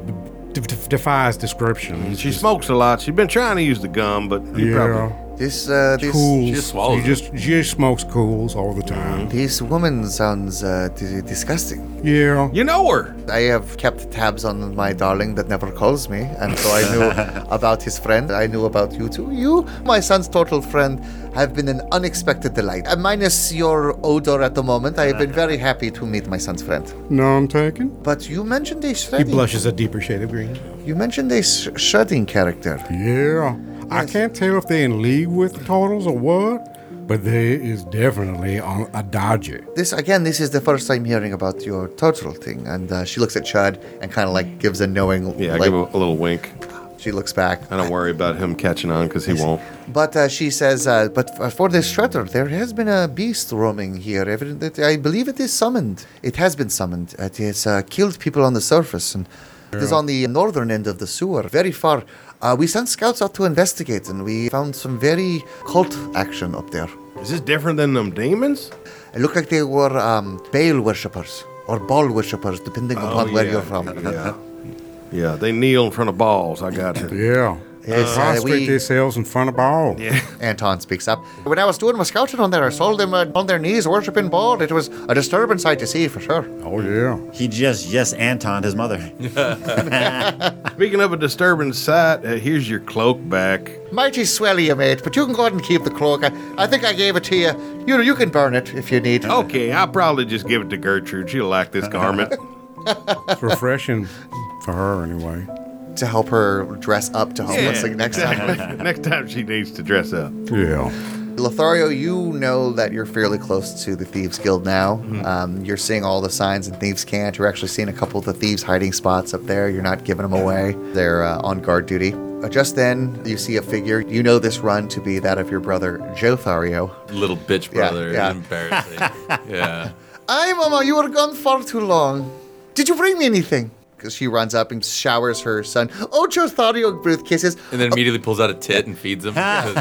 Speaker 5: d- d- defies description. It's
Speaker 6: She smokes a lot. She's been trying to use the gum, but you probably
Speaker 5: yeah,
Speaker 2: This uh, this
Speaker 5: cools.
Speaker 7: she just swallows
Speaker 5: She just she just smokes cools all the time.
Speaker 2: this woman sounds uh, d- disgusting.
Speaker 5: Yeah,
Speaker 6: you know her.
Speaker 2: I have kept tabs on my darling that never calls me, and so I knew about his friend. I knew about you too. You, my son's turtle friend, have been an unexpected delight. Uh, minus your odor at the moment, I have been very happy to meet my son's friend.
Speaker 5: no, I'm taking.
Speaker 2: But you mentioned a
Speaker 8: He
Speaker 2: shredding.
Speaker 8: blushes a deeper shade of green.
Speaker 2: You mentioned a sh- shredding character.
Speaker 5: Yeah, I
Speaker 2: Yes.
Speaker 5: can't tell if they're in league with the turtles or what, but there is definitely on a dodgy.
Speaker 2: This again. This is the first time hearing about your turtle thing, and uh, she looks at Chud and kind of like gives a knowing.
Speaker 6: Yeah, I
Speaker 2: like,
Speaker 6: give him a little wink.
Speaker 2: she looks back.
Speaker 6: I don't worry about him catching on because he won't.
Speaker 2: But uh, she says, uh, but f- for this shredder, there has been a beast roaming here. Evident- that I believe it is summoned. It has been summoned. It has uh, killed people on the surface and it is on the northern end of the sewer, very far. Uh, we sent scouts out to investigate and we found some very cult action up there.
Speaker 6: Is this different than them demons?
Speaker 2: It looked like they were um, Baal worshippers or Baal worshippers, depending upon where
Speaker 6: Oh, yeah,
Speaker 2: you're from.
Speaker 6: Yeah. Yeah, they kneel in front of balls. I got you.
Speaker 5: Yeah.
Speaker 2: Yes, uh,
Speaker 5: prostrate
Speaker 2: we-
Speaker 5: themselves in front of all. Yeah.
Speaker 2: Anton speaks up. When I was doing my scouting on there, I saw them uh, on their knees worshipping Baal. It was a disturbing sight to see for sure.
Speaker 5: Oh yeah.
Speaker 4: He just yes Anton his mother.
Speaker 6: Speaking of a disturbing sight, uh, here's your cloak back.
Speaker 2: Mighty swell you mate, but you can go ahead and keep the cloak. I, I think I gave it to you. You you can burn it if you need.
Speaker 6: Okay, I'll probably just give it to Gertrude. She'll like this garment.
Speaker 5: It's refreshing for her anyway.
Speaker 2: To help her dress up to homelessing next time.
Speaker 6: Next time she needs to dress up.
Speaker 5: Yeah.
Speaker 2: Lothario, you know that you're fairly close to the Thieves Guild now. Um, you're seeing all the signs in Thieves' Cant. You're actually seeing a couple of the thieves' hiding spots up there. You're not giving them away. They're uh, on guard duty. Uh, just then, you see a figure. You know this run to be that of your brother, Jothario.
Speaker 7: Little bitch
Speaker 2: Yeah,
Speaker 7: brother.
Speaker 2: yeah.
Speaker 7: Embarrassing. yeah.
Speaker 2: Aye, Mama, you were gone far too long. Did you bring me anything? Because she runs up and showers her son. Oh, Jothario with kisses.
Speaker 7: And then immediately pulls out a tit and feeds him. 'cause he's,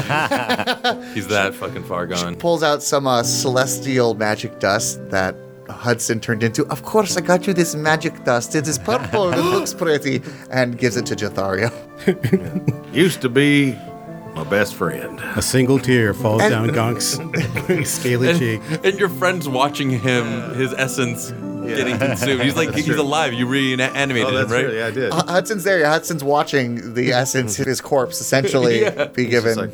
Speaker 7: he's that fucking far gone.
Speaker 2: Pulls out some uh, celestial magic dust that Hudson turned into. Of course, I got you this magic dust. It is purple. it looks pretty. And gives it to Jothario.
Speaker 6: Used to be
Speaker 9: my best friend.
Speaker 8: A single tear falls down Gunk's scaly cheek.
Speaker 7: And, and your friend's watching him, his essence getting consumed. He's like, he's alive. You reanimated him, right?
Speaker 9: Yeah, I did.
Speaker 2: H- Hudson's there. yeah, Hudson's watching the essence, his corpse, essentially be given.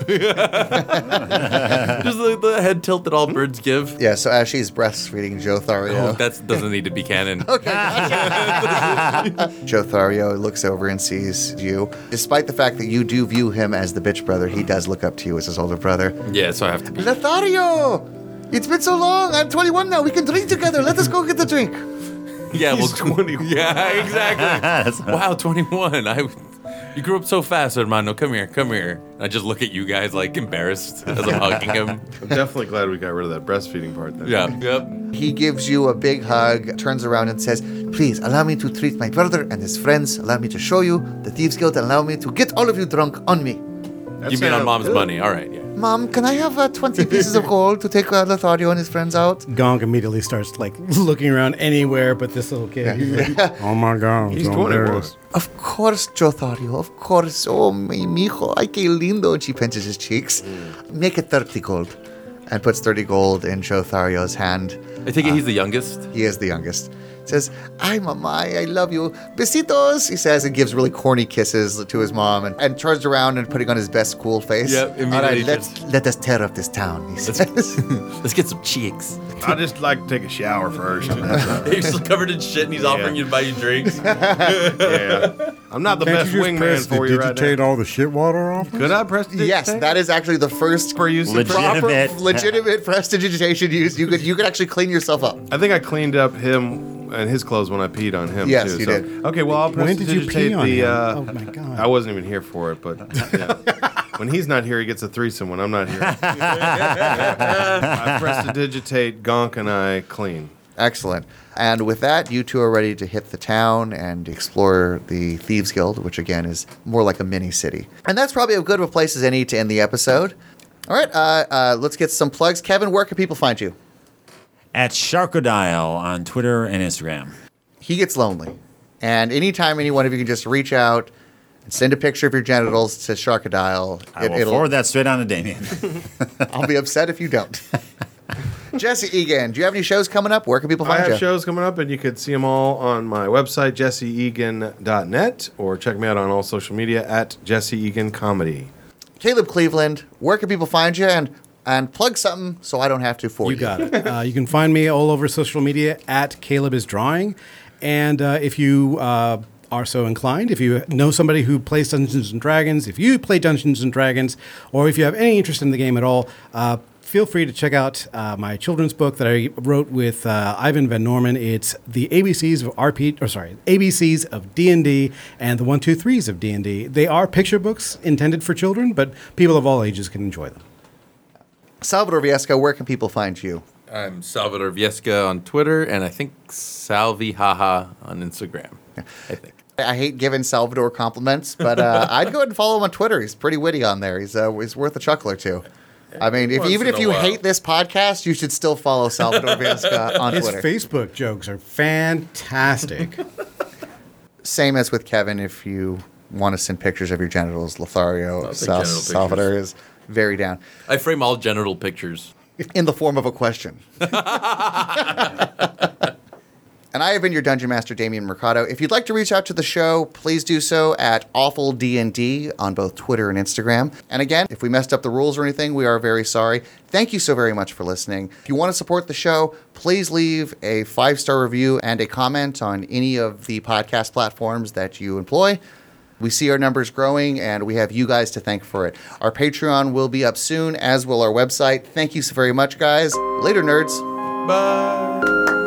Speaker 7: Just the, the head tilt that all birds give.
Speaker 2: Hmm? yeah, so as she's breastfeeding
Speaker 7: Oh,
Speaker 2: Jothario,
Speaker 7: that doesn't need to be canon.
Speaker 2: Jothario looks over and sees you. Despite the fact that you do view him as the bitch brother, he does look up to you as his older brother.
Speaker 7: Yeah, so I have to be.
Speaker 2: Lothario! It's been so long. I'm 21 now. We can drink together. Let us go get the drink.
Speaker 7: Yeah, well, 21. Yeah, exactly.
Speaker 4: That's-
Speaker 7: wow, 21. I, you grew up so fast, Armando. Come here, come here. And I just look at you guys like embarrassed as I'm hugging him.
Speaker 9: I'm definitely glad we got rid of that breastfeeding part. Then.
Speaker 7: Yeah, yep.
Speaker 2: He gives you a big hug, turns around and says, Please allow me to treat my brother and his friends. Allow me to show you the Thieves Guild. Allow me to get all of you drunk on me.
Speaker 7: you mean on mom's money? All right, yeah.
Speaker 2: Mom, can I have uh, 20 pieces of gold to take uh, Lothario and his friends out?
Speaker 8: Gonk immediately starts like looking around anywhere but this little kid. He's like,
Speaker 5: Oh my God.
Speaker 9: He's
Speaker 5: so
Speaker 9: 21.
Speaker 5: embarrassed.
Speaker 2: Of course, Jothario, of course. Oh, mi mijo, ay que lindo. And she pinches his cheeks.
Speaker 7: Mm.
Speaker 2: Make it 30 gold. And puts 30 gold in Jothario's hand. Uh,
Speaker 7: I take it he's the youngest.
Speaker 2: He is the youngest. Says, "Ay, mamá, I love you, besitos." He says and gives really corny kisses to his mom, and, and turns around and putting on his best cool face.
Speaker 7: Yep, immediately
Speaker 2: All right,
Speaker 7: just-
Speaker 2: let's let us tear up this town. He says,
Speaker 7: Let's get some cheeks.
Speaker 9: I just like to take a shower first.
Speaker 7: He's still covered in shit and he's offering you to buy you drinks.
Speaker 9: yeah. I'm not the
Speaker 5: Can't
Speaker 9: best
Speaker 5: you just
Speaker 9: wingman
Speaker 5: press to
Speaker 9: for you right
Speaker 5: digitate
Speaker 9: now.
Speaker 5: all the shit water off?
Speaker 9: Could I press the
Speaker 2: "Yes, that is actually the first
Speaker 9: for you?
Speaker 4: Legitimate.
Speaker 2: proper legitimate prestidigitation use. You could you could actually clean yourself up."
Speaker 9: I think I cleaned up him and his clothes when I peed on him.
Speaker 2: Yes,
Speaker 9: too,
Speaker 2: you
Speaker 9: so-
Speaker 2: did.
Speaker 9: Okay, well I'll
Speaker 8: When did you
Speaker 9: prestidigitate
Speaker 8: pee on
Speaker 9: the.
Speaker 8: him?
Speaker 9: Uh,
Speaker 8: Oh, my God.
Speaker 9: I wasn't even here for it, but yeah. when he's not here, he gets a threesome. When I'm not here, I prestidigitate Gonk and I clean.
Speaker 2: Excellent. And with that, you two are ready to hit the town and explore the Thieves Guild, which again is more like a mini city. And that's probably as good of a place as any to end the episode. All right, uh, uh, let's get some plugs. Kevin, where can people find you?
Speaker 4: At Sharkodial on Twitter and Instagram.
Speaker 2: He gets lonely. And anytime any one of you can just reach out and send a picture of your genitals to Sharkadile,
Speaker 4: I will forward that straight on to Damien.
Speaker 2: I'll be upset if you don't. Jesse Egan, do you have any shows coming up? Where can people
Speaker 9: I
Speaker 2: find
Speaker 9: have
Speaker 2: you?
Speaker 9: shows coming up, and you could see them all on my website, jesseegan.net, or check me out on all social media at Jesse Egan Comedy.
Speaker 2: Caleb Cleveland, where can people find you? And and plug something so I don't have to for you.
Speaker 8: You got it. Uh, you can find me all over social media at Caleb is drawing, and uh, if you uh, are so inclined, if you know somebody who plays Dungeons and Dragons, if you play Dungeons and Dragons, or if you have any interest in the game at all. Uh, Feel free to check out uh, my children's book that I wrote with uh, Ivan Van Norman. It's the ABCs of RP, or sorry, ABCs of D and D, and the one two threes of D and D. They are picture books intended for children, but people of all ages can enjoy them.
Speaker 2: Salvador Viesca, where can people find you?
Speaker 7: I'm Salvador Viesca on Twitter and I think Salvi Haha on Instagram. I think.
Speaker 2: I hate giving Salvador compliments, but uh, I'd go ahead and follow him on Twitter. He's pretty witty on there. He's uh, he's worth a chuckle or two. I mean, if,
Speaker 7: Once
Speaker 2: even
Speaker 7: in
Speaker 2: if
Speaker 7: a
Speaker 2: you
Speaker 7: while.
Speaker 2: hate this podcast, you should still follow Salvador Viesca on
Speaker 8: His
Speaker 2: Twitter.
Speaker 8: Facebook jokes are fantastic.
Speaker 2: Same as with Kevin, if you want to send pictures of your genitals, Lothario,
Speaker 7: take
Speaker 2: Sal-
Speaker 7: genital
Speaker 2: Salvador is very down
Speaker 7: I frame all genital pictures.
Speaker 2: in the form of a question. And I have been your Dungeon Master, Damian Mercado. If you'd like to reach out to the show, please do so at Awful D&D on both Twitter and Instagram. And again, if we messed up the rules or anything, we are very sorry. Thank you so very much for listening. If you want to support the show, please leave a five-star review and a comment on any of the podcast platforms that you employ. We see our numbers growing, and we have you guys to thank for it. Our Patreon will be up soon, as will our website. Thank you so very much, guys. Later, nerds.
Speaker 7: Bye.